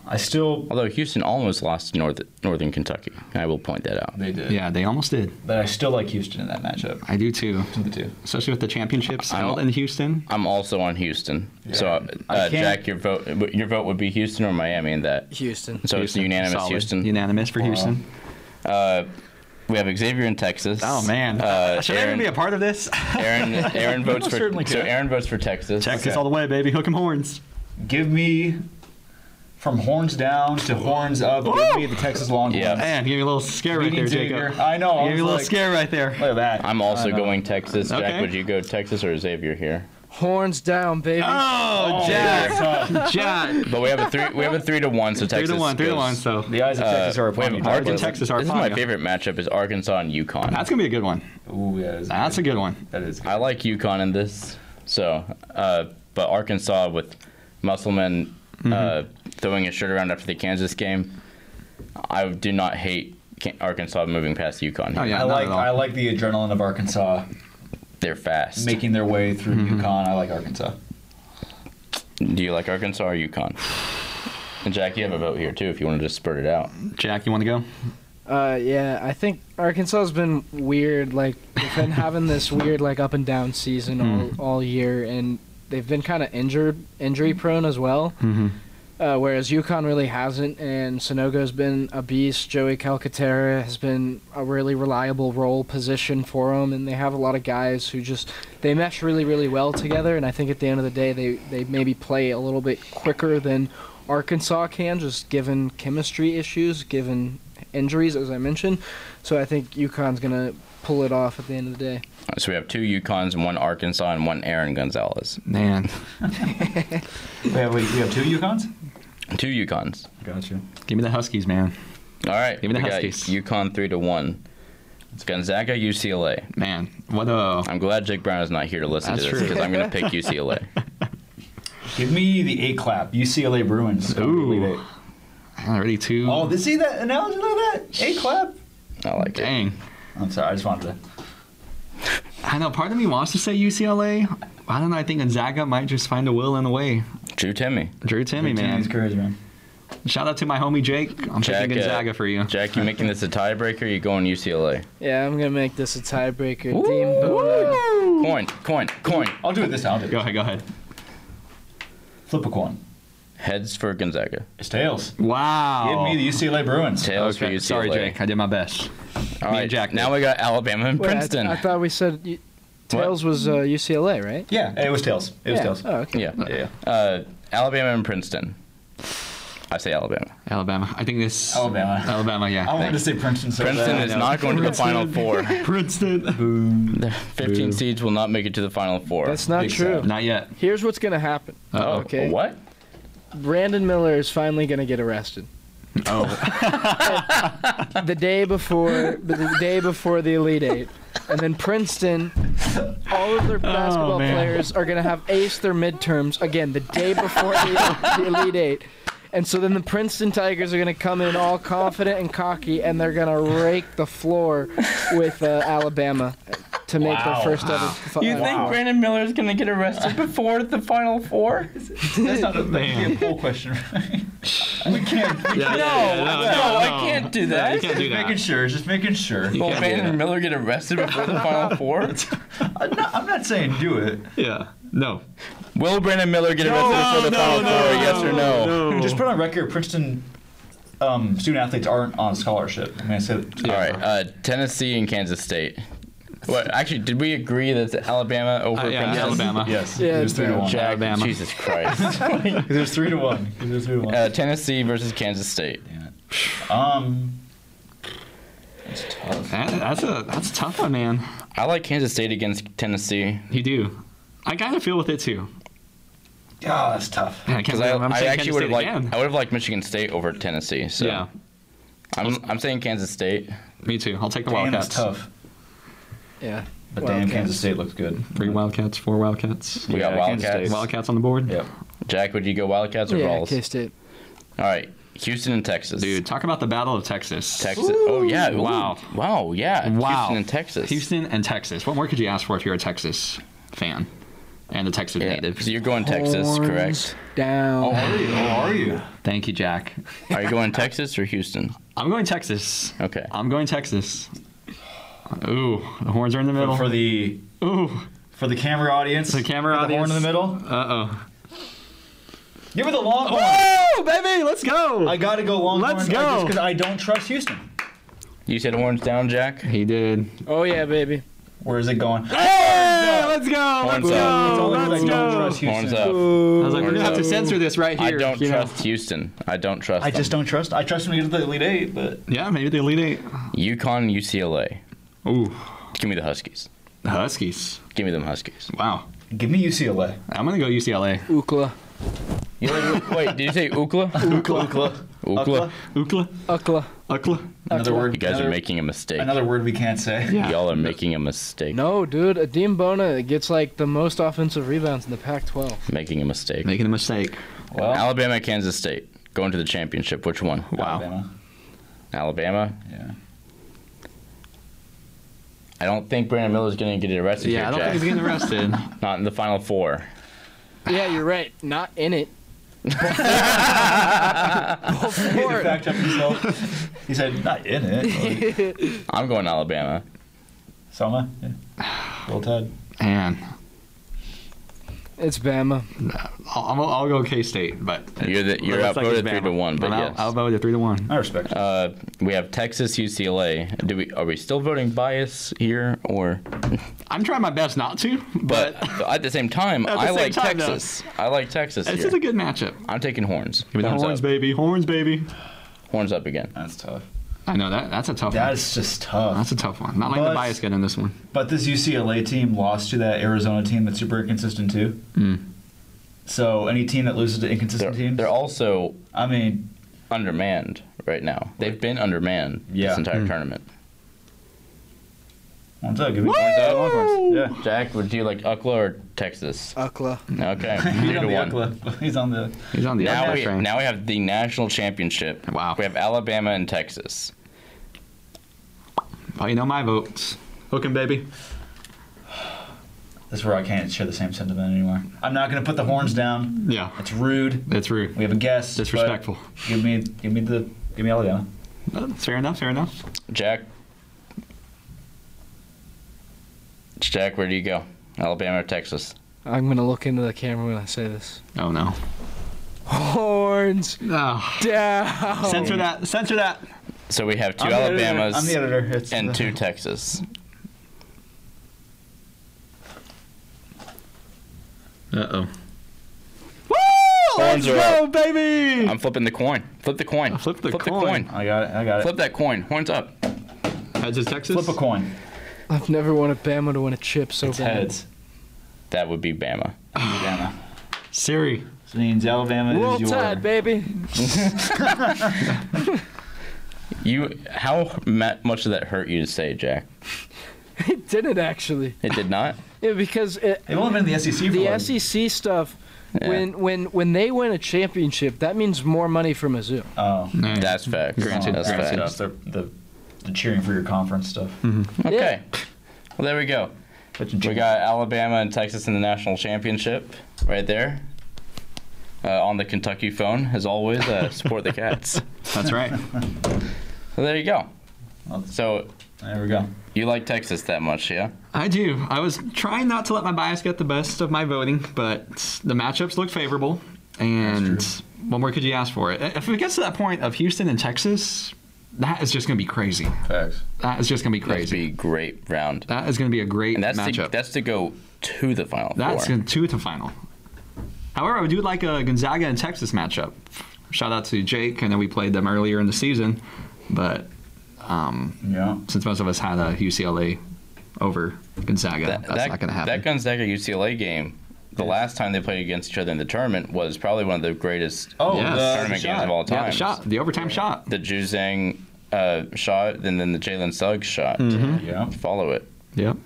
Speaker 2: I still.
Speaker 3: Although Houston almost lost to North, Northern Kentucky, I will point that out.
Speaker 2: They did.
Speaker 8: Yeah, they almost did.
Speaker 2: But I still like Houston in that matchup.
Speaker 8: I do too,
Speaker 2: Between the two.
Speaker 8: especially with the championships
Speaker 3: I'm-
Speaker 8: held in Houston.
Speaker 3: I'm also on Houston, so
Speaker 2: I
Speaker 3: uh,
Speaker 2: can't-
Speaker 3: Jack, your vote your vote would be Houston or Miami in that.
Speaker 9: Houston.
Speaker 3: So it's
Speaker 8: Houston,
Speaker 3: unanimous
Speaker 8: solid.
Speaker 3: Houston.
Speaker 8: Unanimous for Houston.
Speaker 3: We have Xavier in Texas.
Speaker 8: Oh man,
Speaker 3: Uh,
Speaker 8: should I
Speaker 3: Aaron-
Speaker 8: even be a (laughs) part of this?
Speaker 3: Aaron Aaron votes for
Speaker 2: Certainly
Speaker 3: so
Speaker 2: can.
Speaker 3: Aaron votes for Texas.
Speaker 8: Texas
Speaker 2: Okay.
Speaker 8: all the way, baby. Hook 'em horns.
Speaker 2: Give me from horns down to horns up. Give me the Texas Longhorns.
Speaker 3: Yeah.
Speaker 8: Man, you gave me a little scare right
Speaker 2: Beating
Speaker 8: there,
Speaker 2: Xavier.
Speaker 8: Jacob.
Speaker 2: I know. I
Speaker 8: You gave me
Speaker 2: was
Speaker 8: a little
Speaker 2: like,
Speaker 8: scare right there.
Speaker 2: Look at that.
Speaker 3: I'm also
Speaker 2: I know.
Speaker 3: going Texas.
Speaker 8: Okay.
Speaker 3: Jack, would you go Texas or Xavier here?
Speaker 9: Horns down, baby.
Speaker 8: Oh, Jack,
Speaker 2: Tough.
Speaker 8: Jack.
Speaker 3: But we have a three. We have a three to one. So
Speaker 8: Three
Speaker 3: Texas.
Speaker 8: to one, three to
Speaker 3: goes-
Speaker 8: one. So
Speaker 2: The eyes of
Speaker 3: uh,
Speaker 2: Texas are
Speaker 3: we have
Speaker 2: upon you.
Speaker 3: Arkansas-
Speaker 2: Arkansas.
Speaker 8: Texas are
Speaker 3: This is
Speaker 8: upon
Speaker 3: my
Speaker 8: you.
Speaker 3: favorite matchup: is Arkansas and UConn.
Speaker 8: that's gonna be a good one.
Speaker 2: Ooh, yeah, that's,
Speaker 8: That's a good one.
Speaker 2: That is good.
Speaker 3: I like UConn in this. So, uh, but Arkansas with Musselman uh,
Speaker 8: Mm-hmm.
Speaker 3: throwing his shirt around after the Kansas game, I do not hate Can- Arkansas moving past UConn.
Speaker 8: Oh
Speaker 3: here.
Speaker 8: yeah,
Speaker 2: I
Speaker 8: not
Speaker 2: like
Speaker 8: at all.
Speaker 2: I like the adrenaline of Arkansas
Speaker 3: They're fast.
Speaker 2: making their way through
Speaker 8: Mm-hmm.
Speaker 2: Yukon. I like Arkansas.
Speaker 3: do you like Arkansas or UConn? And Jack, you have a vote here too if you want to just spurt it out.
Speaker 8: Jack, you want to go?
Speaker 5: Uh, yeah, I think Arkansas has been weird. Like they've been having this weird like up and down season all, all year, and they've been kind of injured, injury prone as well.
Speaker 8: Mhm.
Speaker 5: Uh, whereas UConn really hasn't, and Sonogo's been a beast. Joey Calcaterra has been a really reliable role position for them, and they have a lot of guys who just they mesh really, really well together. And I think at the end of the day, they they maybe play a little bit quicker than Arkansas can, just given chemistry issues, given injuries, as I mentioned. So I think UConn's gonna pull it off at the end of the day.
Speaker 3: So we have two Yukons, one Arkansas, and one Aaron Gonzalez.
Speaker 8: Man,
Speaker 2: We have, we have two Yukons?
Speaker 3: Two Yukons.
Speaker 2: Gotcha.
Speaker 8: give me the Huskies, man.
Speaker 3: All right.
Speaker 8: Give me the
Speaker 3: we got
Speaker 8: Huskies.
Speaker 3: UConn three to one. It's Gonzaga, UCLA.
Speaker 8: Man, what a
Speaker 3: I'm glad Jake Brown is not here to listen
Speaker 8: Oh. That's
Speaker 3: to this
Speaker 8: true.
Speaker 3: because I'm going to
Speaker 8: (laughs)
Speaker 3: pick UCLA.
Speaker 2: Give me the A clap, UCLA Bruins.
Speaker 8: Ooh.
Speaker 2: Elite Eight.
Speaker 8: already two.
Speaker 2: Oh, this, see that analogy like that? A clap?
Speaker 3: I like it.
Speaker 8: dang.
Speaker 2: I'm sorry, I just wanted to.
Speaker 8: I know. Part of me wants to say UCLA. I don't know. I think Gonzaga might just find a will and a way.
Speaker 3: Drew Timmy.
Speaker 8: Drew Timmy, man.
Speaker 2: encouragement.
Speaker 8: Shout out to my homie Jake. I'm
Speaker 3: Jack,
Speaker 8: picking
Speaker 3: uh,
Speaker 8: Gonzaga for you.
Speaker 3: Jack, you making this a tiebreaker? or You going UCLA?
Speaker 5: Yeah, I'm gonna make this a tiebreaker. uh,
Speaker 3: Ooh.
Speaker 5: Dean Bonner.
Speaker 3: Coin, coin, coin.
Speaker 2: I'll do it this time. I'll do it.
Speaker 8: Go ahead. Go ahead.
Speaker 2: Flip a coin.
Speaker 3: Heads for Gonzaga.
Speaker 2: It's tails.
Speaker 8: Wow.
Speaker 2: Give me the UCLA Bruins.
Speaker 3: Tails for
Speaker 8: Okay.
Speaker 3: UCLA.
Speaker 8: Sorry, Jake. I did my best.
Speaker 3: All
Speaker 8: Me
Speaker 3: right,
Speaker 8: and Jack
Speaker 3: Now we got Alabama and
Speaker 5: Wait, I-
Speaker 3: Princeton.
Speaker 5: I, thought we said you, Tails was uh, UCLA, right?
Speaker 2: Yeah, it was tails. It was
Speaker 5: yeah.
Speaker 2: tails.
Speaker 5: Oh, okay.
Speaker 8: Yeah.
Speaker 2: Yeah.
Speaker 3: uh, Alabama and Princeton. I say Alabama.
Speaker 8: Alabama. I think this.
Speaker 2: Alabama.
Speaker 8: Alabama.
Speaker 2: I
Speaker 8: Yeah.
Speaker 2: wanted to say Princeton. So
Speaker 3: Princeton
Speaker 2: bad.
Speaker 3: is not going to the Final Four.
Speaker 2: (laughs)
Speaker 8: Princeton.
Speaker 3: The 15 seeds will not make it to the Final Four. Oh,
Speaker 5: That's not
Speaker 2: Big
Speaker 5: true.
Speaker 8: Not yet.
Speaker 5: Here's what's gonna happen.
Speaker 8: Uh-oh.
Speaker 5: Okay.
Speaker 3: What?
Speaker 5: Brandon Miller is finally gonna get arrested.
Speaker 8: Oh.
Speaker 5: (laughs) the day before the day before the Elite Eight. And then Princeton, all of their basketball
Speaker 8: man.
Speaker 5: players are going to have aced their midterms again the day before the, the Elite Eight. And so then the Princeton Tigers are going to come in all confident and cocky, and they're going to rake the floor with uh, Alabama to make their first ever. fi-
Speaker 3: You
Speaker 5: uh,
Speaker 3: think Brandon Miller is going to get arrested before the Final Four?
Speaker 2: That's not a, that can't be a poll question, right? we can't. We
Speaker 8: Yeah,
Speaker 2: can't.
Speaker 8: yeah, yeah,
Speaker 3: Oh, no,
Speaker 8: no,
Speaker 3: I
Speaker 8: no.
Speaker 3: can't do
Speaker 8: You
Speaker 3: that.
Speaker 8: can't do
Speaker 2: Just making
Speaker 8: that.
Speaker 2: sure. Just making
Speaker 8: (laughs)
Speaker 2: sure.
Speaker 3: Will
Speaker 8: can't do
Speaker 3: Brandon
Speaker 8: that.
Speaker 3: Miller get arrested before the
Speaker 8: (laughs)
Speaker 3: Final Four?
Speaker 2: I'm not, Uh, I'm not saying do it.
Speaker 8: Yeah. No.
Speaker 3: Will Brandon Miller get arrested before the Final Four? yes or no?
Speaker 2: Just put on record, Princeton um, student athletes aren't on scholarship. I'm gonna say that.
Speaker 3: All right, uh, Tennessee and Kansas State. What? Actually, did we agree that it's Alabama over
Speaker 8: Uh, yeah,
Speaker 3: Princeton?
Speaker 8: Alabama.
Speaker 2: Yes.
Speaker 5: Yeah,
Speaker 2: it was three to one.
Speaker 3: Jack,
Speaker 8: Alabama.
Speaker 3: Jesus
Speaker 8: (laughs)
Speaker 3: Christ.
Speaker 2: (laughs) It was three to one. It was three to one.
Speaker 3: uh, Tennessee versus Kansas State.
Speaker 2: Um. It's tough.
Speaker 8: That- that's a that's a tough one, man.
Speaker 3: I like Kansas State against Tennessee
Speaker 8: You do. I kind of feel with it too.
Speaker 2: Yeah, that's tough.
Speaker 8: Man, I can't
Speaker 3: because I,
Speaker 8: believe I'm
Speaker 3: I
Speaker 8: saying
Speaker 3: actually
Speaker 8: Kansas
Speaker 3: would have
Speaker 8: State
Speaker 3: liked
Speaker 8: again.
Speaker 3: I would have liked Michigan State over Tennessee. So
Speaker 8: Yeah.
Speaker 3: I'm I'm saying Kansas State.
Speaker 8: Me too. I'll take the
Speaker 2: Damn, that's
Speaker 8: Wildcats.
Speaker 2: tough.
Speaker 5: Yeah.
Speaker 2: But damn,
Speaker 5: Wildcats.
Speaker 2: Kansas State looks good.
Speaker 8: Three Wildcats, four Wildcats.
Speaker 3: We got
Speaker 2: Yeah, Kansas
Speaker 3: Wildcats.
Speaker 2: State.
Speaker 8: Wildcats on the board.
Speaker 2: Yep.
Speaker 3: Jack, would you go Wildcats or
Speaker 5: Yeah,
Speaker 3: Vols?
Speaker 5: K State.
Speaker 3: All right, Houston and Texas.
Speaker 8: Dude, talk about the Battle of Texas.
Speaker 3: Texas. Oh yeah. Ooh.
Speaker 8: Wow.
Speaker 3: Wow. Yeah.
Speaker 8: Wow.
Speaker 3: Houston and Texas.
Speaker 8: Houston and Texas. What more could you ask for if you're a Texas fan and a Texas
Speaker 3: Yeah.
Speaker 8: native?
Speaker 3: So you're going Texas, correct?
Speaker 5: Horns Down.
Speaker 2: How are you? How are you?
Speaker 8: Thank you, Jack.
Speaker 3: Are you going Texas or Houston?
Speaker 8: I'm going Texas.
Speaker 3: Okay.
Speaker 8: I'm going Texas. Ooh, the horns are in the middle.
Speaker 2: For the
Speaker 8: Ooh,
Speaker 2: for the camera audience.
Speaker 8: The camera
Speaker 2: with The horn in the
Speaker 8: audience.
Speaker 2: middle.
Speaker 8: uh oh.
Speaker 2: Give me the long horn.
Speaker 8: Oh, baby, let's go.
Speaker 2: I gotta go long
Speaker 8: Let's
Speaker 2: horn, uh, Just
Speaker 8: go.
Speaker 2: because I don't trust Houston.
Speaker 3: You said horns down, Jack.
Speaker 8: he did.
Speaker 5: Oh, yeah, baby.
Speaker 2: Where is it going?
Speaker 8: Hey, let's go.
Speaker 3: Horns
Speaker 8: let's
Speaker 3: up.
Speaker 8: go.
Speaker 2: Only because
Speaker 8: Oh, Let's
Speaker 2: I don't
Speaker 8: go.
Speaker 2: trust Houston.
Speaker 3: Horns up.
Speaker 8: I was like, we're
Speaker 3: Horns
Speaker 8: gonna have to
Speaker 3: up.
Speaker 8: censor this right
Speaker 3: I
Speaker 8: here.
Speaker 3: don't
Speaker 8: you know?
Speaker 3: trust Houston. I don't trust.
Speaker 2: I just don't trust. I trust him to get to the Elite Eight, but
Speaker 8: Yeah, maybe the Elite Eight.
Speaker 3: UConn, UCLA.
Speaker 8: Ooh,
Speaker 3: Give me the Huskies.
Speaker 8: the Huskies.
Speaker 3: Give me them Huskies.
Speaker 8: Wow.
Speaker 2: give me
Speaker 8: (laughs)
Speaker 2: UCLA.
Speaker 8: I'm gonna go UCLA.
Speaker 5: Ukla.
Speaker 3: You like, wait, did you say
Speaker 8: (laughs)
Speaker 3: Ookla?
Speaker 2: Ookla.
Speaker 3: Ookla.
Speaker 8: Ukla.
Speaker 5: Ukla.
Speaker 8: Ukla.
Speaker 2: Another word.
Speaker 3: You guys are
Speaker 2: another,
Speaker 3: making a mistake.
Speaker 2: another word we can't say.
Speaker 8: Yeah.
Speaker 3: Y'all are making a mistake.
Speaker 5: No, dude, Adeem Bona gets like the most offensive rebounds in the Pac-12.
Speaker 3: Making a mistake.
Speaker 8: Making a mistake.
Speaker 2: Well,
Speaker 3: Alabama, Kansas State. Going to the championship. Which one?
Speaker 8: Wow.
Speaker 2: Alabama.
Speaker 3: Alabama.
Speaker 2: Yeah.
Speaker 3: I don't think Brandon Miller's going to get arrested
Speaker 8: Yeah, I don't
Speaker 3: here,
Speaker 8: think he's
Speaker 3: (laughs) Jack.
Speaker 8: getting arrested.
Speaker 3: Not in the final four.
Speaker 2: (laughs)
Speaker 5: Yeah, you're right. Not in it.
Speaker 3: (laughs)
Speaker 2: He backed up himself. He said, "Not in it." Like,
Speaker 3: I'm going Alabama.
Speaker 2: Selma, yeah. roll tide.
Speaker 8: And
Speaker 5: It's Bama.
Speaker 8: I'll, I'll, I'll go K State, but it's-
Speaker 3: You're the, you're
Speaker 8: looks like
Speaker 3: outvoted
Speaker 8: it's
Speaker 3: three to
Speaker 8: Bama.
Speaker 3: one, but
Speaker 8: I'll,
Speaker 3: yes.
Speaker 8: I'll vote you three to one.
Speaker 2: I respect. it.
Speaker 3: Uh, we have Texas, UCLA. Do we are we still voting bias here, or?
Speaker 8: I'm trying my best not to,
Speaker 3: But
Speaker 8: but (laughs)
Speaker 3: at the same time,
Speaker 8: At the
Speaker 3: I
Speaker 8: same
Speaker 3: like
Speaker 8: time, though.
Speaker 3: Texas. I like Texas
Speaker 8: this
Speaker 3: here.
Speaker 8: is a good matchup.
Speaker 3: I'm taking horns.
Speaker 8: Give me the
Speaker 3: horns
Speaker 8: horns,
Speaker 3: up.
Speaker 8: baby. Horns, baby.
Speaker 3: Horns up again.
Speaker 2: That's tough.
Speaker 8: I know that. That's a tough
Speaker 2: That
Speaker 8: one.
Speaker 2: is just tough.
Speaker 8: That's a tough one. Not like
Speaker 2: But-
Speaker 8: the bias get in this one.
Speaker 2: But this UCLA team lost to that Arizona team that's super inconsistent too.
Speaker 8: Hmm.
Speaker 2: So any team that loses to
Speaker 3: They're,
Speaker 2: inconsistent teams,
Speaker 3: they're also
Speaker 2: I mean,
Speaker 3: undermanned right now. They've been undermanned
Speaker 2: Yeah. Hmm.
Speaker 3: this entire tournament.
Speaker 2: one's up. Give me
Speaker 3: Horns up.
Speaker 2: Yeah.
Speaker 8: (laughs)
Speaker 3: Jack, would you like UCLA or Texas?
Speaker 5: Ukla.
Speaker 2: (laughs)
Speaker 3: Okay, three
Speaker 2: He's
Speaker 3: to
Speaker 2: on, the
Speaker 3: one.
Speaker 2: Oakland- (laughs) he's on the.
Speaker 8: He's on the
Speaker 3: Now
Speaker 8: upper
Speaker 3: we,
Speaker 8: train.
Speaker 3: now we have the national championship.
Speaker 8: Wow.
Speaker 3: We have Alabama and Texas.
Speaker 8: Well, you know my votes. Hook 'em, baby.
Speaker 2: That's where I can't share the same sentiment anymore. I'm not gonna put the horns down.
Speaker 8: Yeah,
Speaker 2: It's rude.
Speaker 8: that's rude.
Speaker 2: We have a guest. but
Speaker 8: Disrespectful.
Speaker 2: Give me, give me the, give me Alabama.
Speaker 8: No, that's Uh, fair enough. Fair enough.
Speaker 3: Jack. Jack, where do you go? Alabama or Texas?
Speaker 5: I'm gonna look into the camera when I say this.
Speaker 8: Oh no. Ah.
Speaker 5: Horns
Speaker 8: No.
Speaker 5: down.
Speaker 8: Censor that. Censor that.
Speaker 3: So we have 2
Speaker 2: I'm the editor.
Speaker 3: Alabamas
Speaker 2: I'm the editor. It's
Speaker 3: and two Texas.
Speaker 8: Uh oh.
Speaker 3: Horns are up.
Speaker 8: baby.
Speaker 3: I'm flipping the coin. Flip the coin.
Speaker 8: Flip the coin.
Speaker 2: I got it. I got it.
Speaker 3: Flip that coin. Horns up.
Speaker 8: Heads is Texas.
Speaker 2: Flip a coin.
Speaker 5: I've never wanted Bama to win a chip so bad.
Speaker 2: Heads.
Speaker 3: That would be Bama.
Speaker 2: Alabama.
Speaker 8: Siri.
Speaker 2: So it means Alabama
Speaker 5: Roll
Speaker 2: is your.
Speaker 5: Tide, baby. (laughs)
Speaker 3: You, how ma- much did that hurt you to say, Jack?
Speaker 5: It didn't actually.
Speaker 3: It did not.
Speaker 5: Yeah, because it,
Speaker 2: They've only been in the SEC for
Speaker 5: the E
Speaker 2: like-
Speaker 5: SEC stuff.
Speaker 3: Yeah.
Speaker 5: When when when they win a championship, that means more money for Mizzou.
Speaker 2: Oh,
Speaker 3: That's facts.
Speaker 8: Mm. Granted,
Speaker 3: That's
Speaker 8: granted.
Speaker 3: facts.
Speaker 2: stuff. The, the, the cheering for your conference stuff.
Speaker 8: Mm-hmm.
Speaker 3: Okay. Well, there we go.
Speaker 2: But you-
Speaker 3: We got Alabama and Texas in the national championship right there. Uh, on the Kentucky phone, as always,
Speaker 8: (laughs)
Speaker 3: uh, support the Cats.
Speaker 8: That's right.
Speaker 3: So there you go.
Speaker 2: Well,
Speaker 3: So
Speaker 2: There we go.
Speaker 3: you like Texas that much, yeah?
Speaker 8: I do. I was trying not to let my bias get the best of my voting, but the matchups look favorable. And what more could you ask for? If it gets to that point of Houston and Texas, that is just going to be crazy.
Speaker 2: Facts.
Speaker 8: That is just going to be
Speaker 3: That'd
Speaker 8: crazy.
Speaker 3: be a great round.
Speaker 8: That is going to be a great
Speaker 3: And that's to,
Speaker 8: matchup.
Speaker 3: that's to go to the final
Speaker 8: That's
Speaker 3: four.
Speaker 8: in two to final. However, I do like a Gonzaga and Texas matchup. Shout out to Jake. I know we played them earlier in the season, but um,
Speaker 2: Yeah.
Speaker 8: since most of us had a UCLA over Gonzaga, that's
Speaker 3: that,
Speaker 8: not going to happen.
Speaker 3: That Gonzaga UCLA game, the last time they played against each other in the tournament was probably one of the greatest
Speaker 2: Oh,
Speaker 8: Yes.
Speaker 2: the
Speaker 3: tournament games
Speaker 2: shot.
Speaker 3: of all time.
Speaker 8: yeah, the shot, the overtime shot.
Speaker 3: The Juzang uh, shot, and then the Jalen Suggs shot.
Speaker 8: Mm-hmm.
Speaker 2: Yeah.
Speaker 3: Follow it
Speaker 8: Yep,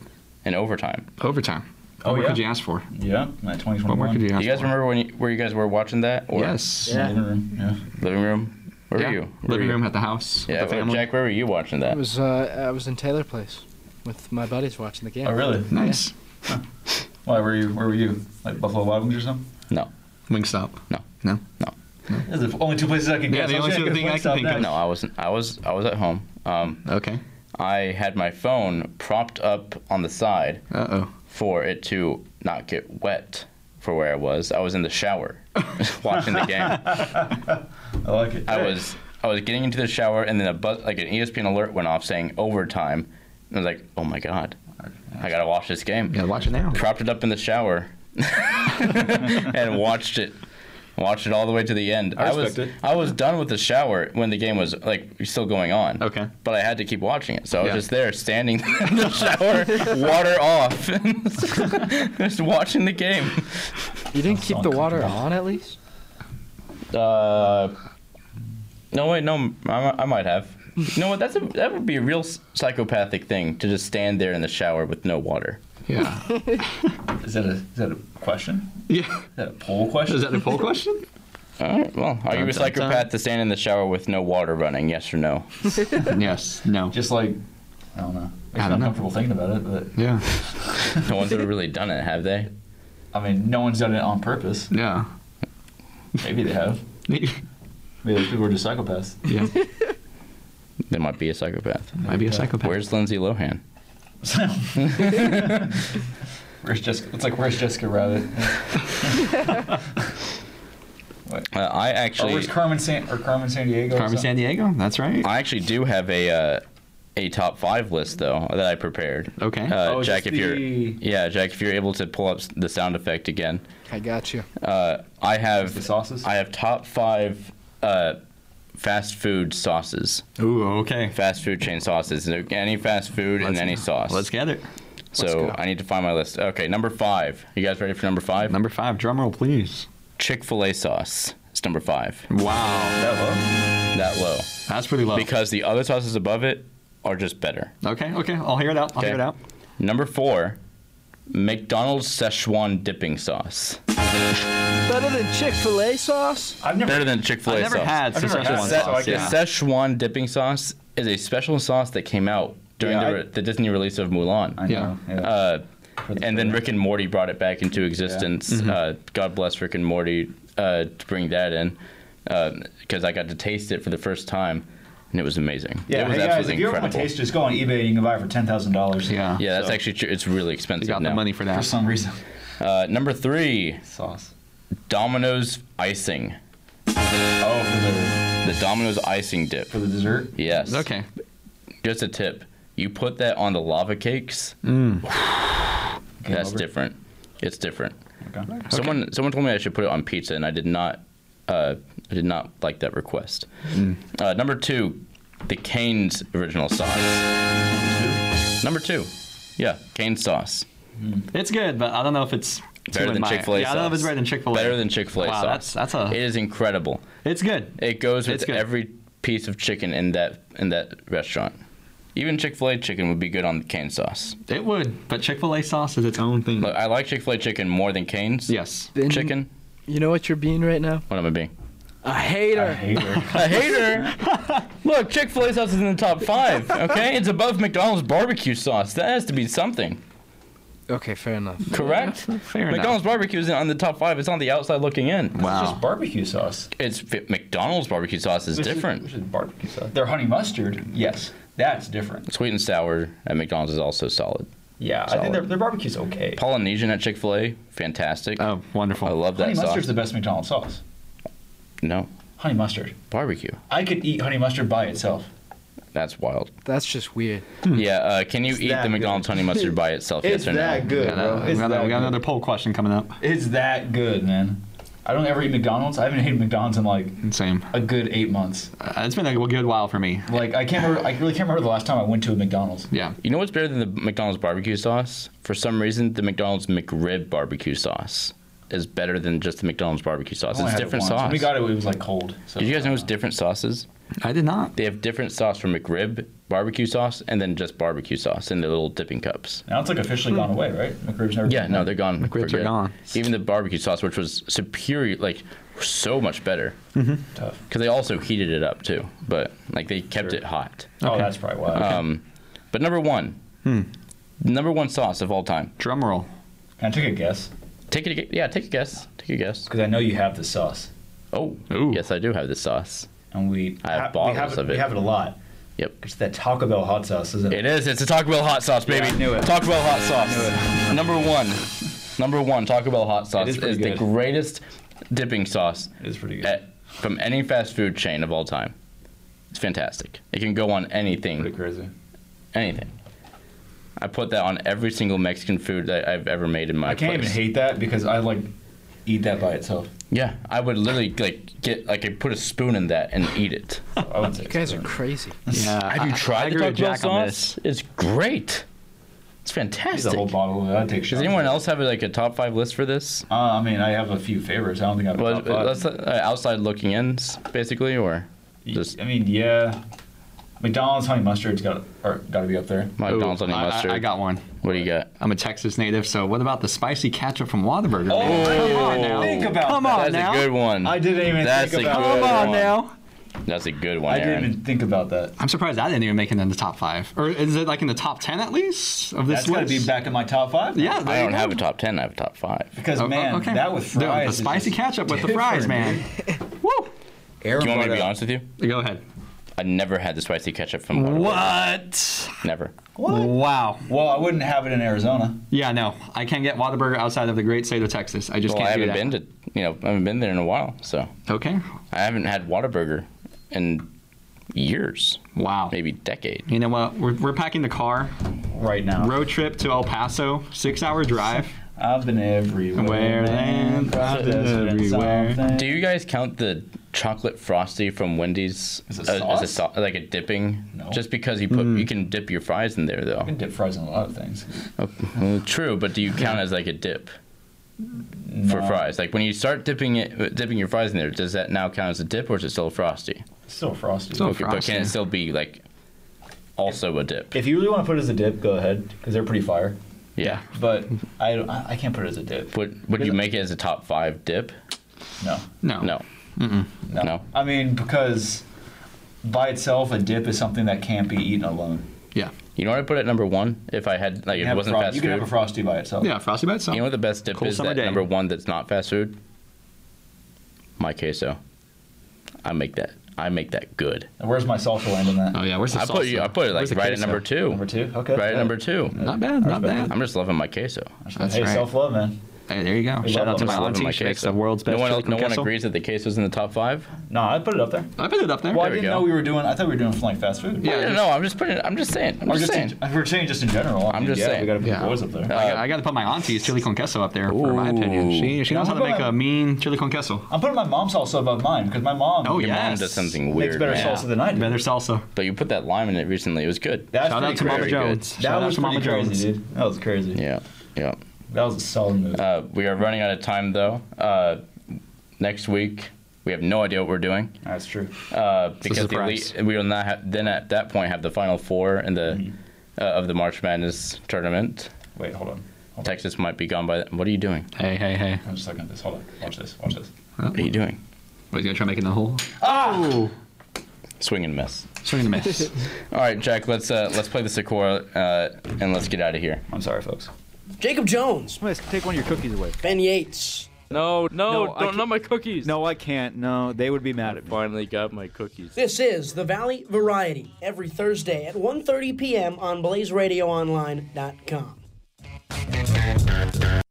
Speaker 3: in overtime.
Speaker 8: overtime. What
Speaker 2: Oh,
Speaker 8: more
Speaker 2: yeah.
Speaker 8: could you ask for?
Speaker 2: Yeah. That 2021.
Speaker 8: What more could you ask
Speaker 3: Do you guys
Speaker 8: for?
Speaker 3: remember when you, where you guys were watching that? Or
Speaker 8: Yes.
Speaker 2: Yeah. Living room, Yeah.
Speaker 3: Living room. Where
Speaker 8: Yeah.
Speaker 3: were you? Where
Speaker 8: Living
Speaker 3: were
Speaker 8: room
Speaker 3: You?
Speaker 8: at the house
Speaker 3: Yeah,
Speaker 8: with the
Speaker 3: well,
Speaker 8: family.
Speaker 3: Jack, where were you watching that?
Speaker 5: It was uh, I was in Taylor Place with my buddies watching the game.
Speaker 2: Oh, really?
Speaker 8: Nice.
Speaker 2: Why were you? Where were you? Like Buffalo Wild Wings or something?
Speaker 3: no,
Speaker 8: Wingstop.
Speaker 3: no,
Speaker 8: No.
Speaker 2: That's the only two places I can
Speaker 8: Yeah,
Speaker 2: guess.
Speaker 8: the
Speaker 2: I was
Speaker 8: only
Speaker 2: gonna
Speaker 8: two
Speaker 2: guess
Speaker 8: thing
Speaker 2: Wingstop
Speaker 8: I can think of.
Speaker 2: next.
Speaker 3: no. I was I was I was at home. Um,
Speaker 8: Okay.
Speaker 3: I had my phone propped up on the side
Speaker 8: Uh oh.
Speaker 3: for it to not get wet for where I was. I was in the shower (laughs) watching the game.
Speaker 2: (laughs) I like it.
Speaker 3: I was I was getting into the shower and then a buzz, like an E ESPN alert went off saying overtime. And I was like, oh my god, I gotta watch this game.
Speaker 8: Yeah, watch it now.
Speaker 3: Propped it up in the
Speaker 8: (laughs)
Speaker 3: shower and watched it. Watched it all the way to the end.
Speaker 2: I
Speaker 3: was
Speaker 2: respect it.
Speaker 3: I was done with the shower when the game was like still going on.
Speaker 8: Okay.
Speaker 3: But I had to keep watching it, so I was
Speaker 8: Yeah.
Speaker 3: just there, standing (laughs) in the shower, water off, (laughs) just watching the game.
Speaker 5: You didn't keep the water on at least.
Speaker 3: Uh, no wait, no, I, I might have. You know what? That's a that would be a real s- psychopathic thing to just stand there in the shower with no water.
Speaker 8: Yeah.
Speaker 2: Is that a is that a question?
Speaker 8: yeah.
Speaker 2: Is that a poll question?
Speaker 8: Is that a poll question?
Speaker 3: All right. Well, are you a
Speaker 8: Dun, dun, dun.
Speaker 3: psychopath to stand in the shower with no water running? Yes or no?
Speaker 8: Yes. No.
Speaker 2: just like I don't know. Makes me
Speaker 8: I don't know.
Speaker 2: uncomfortable thinking about it, but
Speaker 8: yeah.
Speaker 3: No one's ever really done it, have they?
Speaker 2: I mean, no one's done it on purpose.
Speaker 8: Yeah.
Speaker 2: Maybe they have.
Speaker 8: They
Speaker 2: Maybe those people are just psychopaths.
Speaker 3: They might be a psychopath.
Speaker 8: (laughs) might be a psychopath.
Speaker 3: Where's Lindsay Lohan?
Speaker 8: (laughs)
Speaker 2: Where's Jessica? It's like where's Jessica Rabbit?
Speaker 3: Uh, I
Speaker 2: Or
Speaker 3: actually,
Speaker 2: where's Carmen San or Carmen San Diego? or
Speaker 8: Carmen
Speaker 2: something?
Speaker 8: San Diego? That's right.
Speaker 3: I actually do have a uh, a top five list though that I prepared.
Speaker 8: Okay.
Speaker 3: Uh,
Speaker 2: Oh, it's
Speaker 3: Jack, if
Speaker 2: just
Speaker 3: you're
Speaker 2: the-
Speaker 3: yeah, Jack, if you're able to pull up s- the sound effect again,
Speaker 5: I got you.
Speaker 3: uh, I have
Speaker 2: The sauces?
Speaker 3: I have top five uh, fast food sauces,
Speaker 8: Ooh, okay.
Speaker 3: fast food chain sauces. Any fast food and
Speaker 8: Let's-
Speaker 3: any sauce.
Speaker 8: Let's get it.
Speaker 3: so
Speaker 8: go.
Speaker 3: I need to find my list. Okay, number five. You guys ready for number five?
Speaker 8: Number five, drum roll, please.
Speaker 3: Chick Fil A sauce. It's number five.
Speaker 8: Wow.
Speaker 2: That
Speaker 3: That low
Speaker 8: That's pretty low.
Speaker 3: because the other sauces above it are just better.
Speaker 8: okay, okay. I'll hear it out. I'll
Speaker 3: Okay.
Speaker 8: hear it out.
Speaker 3: Number four, McDonald's Szechuan dipping sauce.
Speaker 5: Better than Chick Fil A sauce.
Speaker 2: low. I've never.
Speaker 3: Better than Chick Fil
Speaker 8: I've
Speaker 3: A
Speaker 8: never
Speaker 3: sauce.
Speaker 8: had
Speaker 2: I've never
Speaker 8: Szechuan
Speaker 2: had
Speaker 8: sauce.
Speaker 2: that, so I
Speaker 3: The
Speaker 2: Yeah.
Speaker 3: Szechuan dipping sauce is a special sauce that came out during
Speaker 2: Yeah,
Speaker 3: the,
Speaker 2: I-
Speaker 3: the Disney release of Mulan.
Speaker 2: I know. Yeah.
Speaker 3: uh,
Speaker 2: For the
Speaker 3: and then
Speaker 2: trailer.
Speaker 3: Rick and Morty brought it back into existence.
Speaker 2: Mm-hmm.
Speaker 3: Uh, God bless Rick and Morty uh, to bring that in, because I got to taste it for the first time, and it was amazing.
Speaker 2: yeah.
Speaker 3: it was
Speaker 2: hey guys, if
Speaker 3: absolutely
Speaker 2: you ever
Speaker 3: incredible.
Speaker 2: want to taste, just go on eBay. and You can buy it for ten thousand dollars.
Speaker 8: Yeah.
Speaker 3: yeah, that's
Speaker 2: so-
Speaker 3: actually true. It's really expensive
Speaker 8: You got
Speaker 3: now.
Speaker 8: the money for
Speaker 2: For
Speaker 8: that.
Speaker 2: some reason,
Speaker 3: Uh, number three,
Speaker 2: sauce.
Speaker 3: Domino's icing.
Speaker 2: Oh, for the
Speaker 3: The Domino's icing dip.
Speaker 2: for the dessert.
Speaker 3: Yes.
Speaker 8: Okay.
Speaker 3: Just a tip. You put that on the lava cakes.
Speaker 8: Mm.
Speaker 3: (sighs)
Speaker 2: Game
Speaker 3: that's
Speaker 2: over.
Speaker 3: different. It's different.
Speaker 2: Okay.
Speaker 3: Someone someone told me I should put it on pizza, and I did not. Uh, I did not like that request.
Speaker 8: Mm.
Speaker 3: Uh, number two, the Cane's original sauce. Number two, yeah, Cane sauce.
Speaker 8: It's good, but I don't know if it's
Speaker 3: Better
Speaker 8: too
Speaker 3: than
Speaker 8: in my-
Speaker 3: Chick-fil-A
Speaker 8: Yeah, I don't know if it's
Speaker 3: sauce.
Speaker 8: better than Chick Fil A.
Speaker 3: Better than Chick Fil A
Speaker 8: Wow,
Speaker 3: sauce.
Speaker 8: that's- that's a-
Speaker 3: It is incredible.
Speaker 8: It's good.
Speaker 3: It goes
Speaker 8: It's
Speaker 3: with
Speaker 8: good.
Speaker 3: every piece of chicken in that in that restaurant. Even Chick Fil A chicken would be good on cane sauce.
Speaker 8: It would, but Chick Fil A sauce is its own thing.
Speaker 3: Look, I like Chick Fil A chicken more than Cane's.
Speaker 8: Yes.
Speaker 5: Then-
Speaker 3: Chicken.
Speaker 5: You know what you're being right now?
Speaker 3: What am I being?
Speaker 5: A
Speaker 2: I
Speaker 5: hater.
Speaker 2: hate her.
Speaker 3: A hater. Look, Chick Fil A sauce is in the top five. Okay, it's above McDonald's barbecue sauce. That has to be something,
Speaker 5: (laughs) Okay, fair enough.
Speaker 3: correct?
Speaker 8: Fair
Speaker 3: McDonald's barbecue is on the top five. It's on the outside looking in.
Speaker 8: enough. Wow.
Speaker 2: Just barbecue sauce.
Speaker 3: It's fi- McDonald's barbecue sauce is
Speaker 2: This is-
Speaker 3: different.
Speaker 2: This is barbecue sauce. Their honey mustard. Yes, that's different.
Speaker 3: Sweet and sour at McDonald's is also solid.
Speaker 2: Yeah, I
Speaker 3: Solid.
Speaker 2: think their, their barbecue's okay.
Speaker 3: Polynesian at Chick Fil A, fantastic.
Speaker 8: oh, wonderful.
Speaker 3: I love
Speaker 2: Honey
Speaker 3: that sauce.
Speaker 2: mustard's the best McDonald's sauce.
Speaker 3: No,
Speaker 2: Honey mustard.
Speaker 3: barbecue.
Speaker 2: I could eat honey mustard by itself.
Speaker 3: That's wild.
Speaker 5: That's just weird.
Speaker 2: Hmm.
Speaker 3: Yeah, uh, can you eat
Speaker 2: that
Speaker 3: the McDonald's honey mustard by itself? yes or no?
Speaker 2: good,
Speaker 8: Got a- we got, a- we got another poll question coming up.
Speaker 2: It's that good, man. I don't ever eat McDonald's. I haven't eaten McDonald's in like
Speaker 8: Same.
Speaker 2: a good eight months.
Speaker 8: Uh, it's been a good while for me.
Speaker 2: Like I can't remember. I really can't remember the last time I went to a McDonald's.
Speaker 8: Yeah.
Speaker 3: You know what's better than the McDonald's barbecue sauce? For some reason, the McDonald's McRib barbecue sauce is better than just the McDonald's barbecue sauce.
Speaker 2: I only
Speaker 3: It's
Speaker 2: had it
Speaker 3: different
Speaker 2: once.
Speaker 3: sauce.
Speaker 2: When we got it, it was like cold. So
Speaker 3: Did you guys know it's different sauces?
Speaker 8: I did not.
Speaker 3: They have different sauce for McRib barbecue sauce and then just barbecue sauce in the little dipping cups.
Speaker 2: Now it's like officially gone away, right? McRib's never.
Speaker 3: Yeah, no, they're gone. for
Speaker 8: McRibs are
Speaker 3: good.
Speaker 8: gone.
Speaker 3: Even the barbecue sauce, which was superior, like so much better,
Speaker 8: Mm-hmm.
Speaker 2: tough.
Speaker 3: because they also heated it up too. But like they kept it hot.
Speaker 2: Oh, that's probably why.
Speaker 3: Um, but number one,
Speaker 8: Hmm.
Speaker 3: number one sauce of all time.
Speaker 8: Drum roll.
Speaker 2: Can I take a guess?
Speaker 3: Take it. Yeah, take a guess. Take a guess.
Speaker 2: Because I know you have the sauce,
Speaker 3: Oh,
Speaker 8: Ooh.
Speaker 3: yes, I do have this sauce.
Speaker 2: and we
Speaker 3: I have
Speaker 2: ha- we
Speaker 3: bottles
Speaker 2: have it,
Speaker 3: of it.
Speaker 2: We have it a lot.
Speaker 3: Yep.
Speaker 2: It's that Taco Bell hot sauce, isn't it?
Speaker 3: It is. It's a Taco Bell hot sauce, baby.
Speaker 2: I knew it.
Speaker 3: Taco Bell hot sauce. Number one. Number one. Taco Bell hot sauce
Speaker 2: is
Speaker 3: is,
Speaker 2: pretty
Speaker 3: the
Speaker 2: good.
Speaker 3: greatest dipping sauce
Speaker 2: It is pretty good.
Speaker 3: at, from any fast food chain of all time. It's fantastic. It can go on
Speaker 2: pretty
Speaker 3: anything.
Speaker 2: crazy.
Speaker 3: Anything. I put that on every single Mexican food that I've ever made in my
Speaker 2: I can't
Speaker 3: place.
Speaker 2: even hate that because I like eat that by itself.
Speaker 3: yeah, I would literally like get like I put a spoon in that and eat it.
Speaker 2: I would say
Speaker 5: You guys are crazy.
Speaker 8: Yeah.
Speaker 3: Have you
Speaker 8: I-
Speaker 3: tried
Speaker 8: I
Speaker 3: the
Speaker 8: agree
Speaker 3: Taco
Speaker 8: with
Speaker 3: Bell
Speaker 8: Jack on
Speaker 3: sauce? It's great. It's
Speaker 2: He's a
Speaker 3: fantastic.
Speaker 2: whole bottle. of it. I'd take
Speaker 3: Does
Speaker 2: shots.
Speaker 3: anyone else have like a top five list for this?
Speaker 2: Uh, I mean, I have a few favorites. I don't think I've.
Speaker 3: Well,
Speaker 2: Well,
Speaker 3: that's uh, outside looking ins, basically, or just
Speaker 2: I mean, yeah. McDonald's honey mustard's got or got to be up there.
Speaker 8: Ooh,
Speaker 3: McDonald's honey
Speaker 8: I- I-
Speaker 3: mustard.
Speaker 8: I, got one.
Speaker 3: What do you got?
Speaker 8: I'm a Texas native, so what about the spicy ketchup from Whataburger? baby?
Speaker 2: Oh, think about
Speaker 8: Come
Speaker 2: that.
Speaker 3: That's
Speaker 8: on now.
Speaker 3: a good one.
Speaker 2: I didn't even
Speaker 3: That's
Speaker 2: think
Speaker 3: a
Speaker 2: about
Speaker 3: good
Speaker 8: Come on
Speaker 3: one.
Speaker 8: now.
Speaker 3: That's a good one,
Speaker 2: I didn't
Speaker 3: Aaron.
Speaker 2: even think about that.
Speaker 8: I'm surprised I didn't even make it in the top five. Or is it like in the top ten at least of this
Speaker 2: That's gotta
Speaker 8: list?
Speaker 2: be back in my top five. now.
Speaker 8: Yeah, there
Speaker 3: I
Speaker 8: you
Speaker 3: don't
Speaker 8: go.
Speaker 3: have a top ten. I have a top five.
Speaker 2: Because
Speaker 8: Oh, oh,
Speaker 2: man,
Speaker 8: okay.
Speaker 2: that with
Speaker 8: Dude,
Speaker 2: fries.
Speaker 8: the
Speaker 2: is
Speaker 8: spicy
Speaker 2: just
Speaker 8: ketchup with the fries, man. Woo!
Speaker 4: Aaron
Speaker 3: Do you want me to
Speaker 4: brought
Speaker 3: be
Speaker 4: up-
Speaker 3: honest with you?
Speaker 8: Go ahead.
Speaker 3: I never had the spicy ketchup from Whataburger.
Speaker 8: What?
Speaker 3: Never.
Speaker 8: Wow.
Speaker 2: Well, I wouldn't have it in Arizona.
Speaker 8: Yeah, no, I can't get Whataburger outside of the great state of Texas. I just
Speaker 3: Well,
Speaker 8: can't
Speaker 3: I
Speaker 8: do
Speaker 3: haven't
Speaker 8: that.
Speaker 3: been to you know I haven't been there in a while, so
Speaker 8: Okay.
Speaker 3: I haven't had Whataburger in years,
Speaker 8: Wow.
Speaker 3: maybe decade.
Speaker 8: You know what? We're, we're packing the car.
Speaker 2: Right now,
Speaker 8: Road trip to El Paso, six hour drive.
Speaker 2: I've been everywhere.
Speaker 8: Where
Speaker 2: man.
Speaker 8: land,
Speaker 2: I've been
Speaker 8: everywhere.
Speaker 2: something.
Speaker 3: Do you guys count the chocolate frosty from Wendy's
Speaker 2: Is it
Speaker 3: as a
Speaker 2: sauce?
Speaker 3: so- like a dipping?
Speaker 2: No.
Speaker 3: Just because you put you can dip your fries in there
Speaker 2: I
Speaker 3: though. Oh,
Speaker 2: can dip fries in a lot of things.
Speaker 3: Well, true, but do you count as like a dip for
Speaker 2: No.
Speaker 3: fries? Like when you start dipping it, dipping your fries in there, does that now count as a dip or is it still a frosty?
Speaker 2: Still frosty.
Speaker 8: Still-
Speaker 3: Okay, but
Speaker 8: frosty.
Speaker 3: can it still be like also a dip?
Speaker 2: if you really want to put it as a dip, go ahead, because they're pretty fire.
Speaker 3: Yeah.
Speaker 2: But I, don't- I I can't put it as a dip.
Speaker 3: Would would you make it as a top five dip?
Speaker 2: No.
Speaker 8: No.
Speaker 3: No.
Speaker 2: No.
Speaker 3: No.
Speaker 2: I mean, because by itself, a dip is something that can't be eaten alone.
Speaker 8: Yeah.
Speaker 3: You know what I put at number one? If I had like if
Speaker 2: You, can
Speaker 3: it
Speaker 2: have,
Speaker 3: wasn't
Speaker 2: fro-
Speaker 3: fast
Speaker 2: you
Speaker 3: food.
Speaker 2: can have a frosty by itself.
Speaker 8: Yeah, Frosty Bites.
Speaker 3: you know what the best dip
Speaker 8: Cool
Speaker 3: is?
Speaker 8: summer
Speaker 3: That
Speaker 8: day.
Speaker 3: number one that's not fast food? My queso. I make that. I make that good.
Speaker 2: And where's my salsa land in that?
Speaker 8: Oh, yeah, where's the
Speaker 3: I put you.
Speaker 8: salsa?
Speaker 3: I put it like
Speaker 8: Where's the
Speaker 3: right at
Speaker 8: queso?
Speaker 3: number two.
Speaker 2: Number two. Okay.
Speaker 3: Right at number two.
Speaker 8: Not bad, not bad.
Speaker 3: I'm just loving my queso.
Speaker 8: That's
Speaker 2: hey,
Speaker 8: right.
Speaker 2: self-love, man.
Speaker 8: Hey, there you go. Shout out to my
Speaker 3: Just loving
Speaker 8: auntie. She makes the world's best
Speaker 3: No one,
Speaker 8: chicken
Speaker 3: no one
Speaker 8: queso.
Speaker 3: agrees that the queso's in the top five.
Speaker 2: No, I put it up there.
Speaker 8: I put it up there.
Speaker 2: Well, I
Speaker 3: There we
Speaker 2: didn't
Speaker 3: go.
Speaker 2: know we were doing. I thought we were doing like fast food.
Speaker 8: Yeah.
Speaker 3: I don't know. I'm just putting. I'm just saying. I'm
Speaker 2: Or
Speaker 3: just,
Speaker 2: just
Speaker 3: saying.
Speaker 2: in, we're saying just in general. I
Speaker 3: I'm
Speaker 2: mean,
Speaker 3: just
Speaker 2: yeah,
Speaker 3: saying.
Speaker 2: We gotta put
Speaker 8: Yeah.
Speaker 2: the boys up there.
Speaker 8: I, got, I got to put my auntie's chili con queso up there for my opinion. She she knows
Speaker 2: Yeah,
Speaker 8: how to make
Speaker 2: I'm-
Speaker 8: a mean chili con queso.
Speaker 2: I'm putting my mom's salsa above mine because my mom
Speaker 8: Oh
Speaker 3: Your
Speaker 8: yes.
Speaker 3: mom does something
Speaker 2: makes
Speaker 3: weird.
Speaker 2: better
Speaker 3: man.
Speaker 2: salsa than I do.
Speaker 8: Better salsa.
Speaker 3: But you put that lime in it recently. It was good.
Speaker 2: That's
Speaker 8: Shout
Speaker 2: pretty
Speaker 8: out to Mama
Speaker 2: crazy.
Speaker 8: Jones.
Speaker 2: That
Speaker 8: Shout out
Speaker 2: was
Speaker 8: to Mama
Speaker 2: pretty
Speaker 8: Jones.
Speaker 2: crazy, dude. That was crazy.
Speaker 3: Yeah. Yeah.
Speaker 2: That was a solid move.
Speaker 3: Uh, we are running out of time though. Uh, next week we have no idea what we're doing
Speaker 2: That's true.
Speaker 3: uh, because the
Speaker 8: surprise.
Speaker 3: elite, we will not have, then at that point have the final four in the uh, of the March Madness tournament.
Speaker 2: Wait, hold on. Hold on.
Speaker 3: Texas might be gone by. Then. What are you doing?
Speaker 8: Hey hey hey.
Speaker 2: I'm just looking at this. Hold on. Watch this. Watch this.
Speaker 3: What are you doing?
Speaker 8: What, you gonna try making the hole?
Speaker 3: Swing and miss.
Speaker 8: Swing and a miss.
Speaker 3: All right, Jack. Let's uh, let's play the Sakura uh, and let's get out of here.
Speaker 2: I'm sorry, folks.
Speaker 11: Jacob Jones,
Speaker 4: Let's take one of your cookies away.
Speaker 11: Ben Yates.
Speaker 12: No, no,
Speaker 4: No, I
Speaker 12: don't
Speaker 4: can't-
Speaker 12: not my cookies.
Speaker 4: No, I can't. No, they would be mad at me.
Speaker 12: Finally got my cookies.
Speaker 11: This is The Valley Variety every Thursday at 1:30 p.m. on blazeradioonline.com.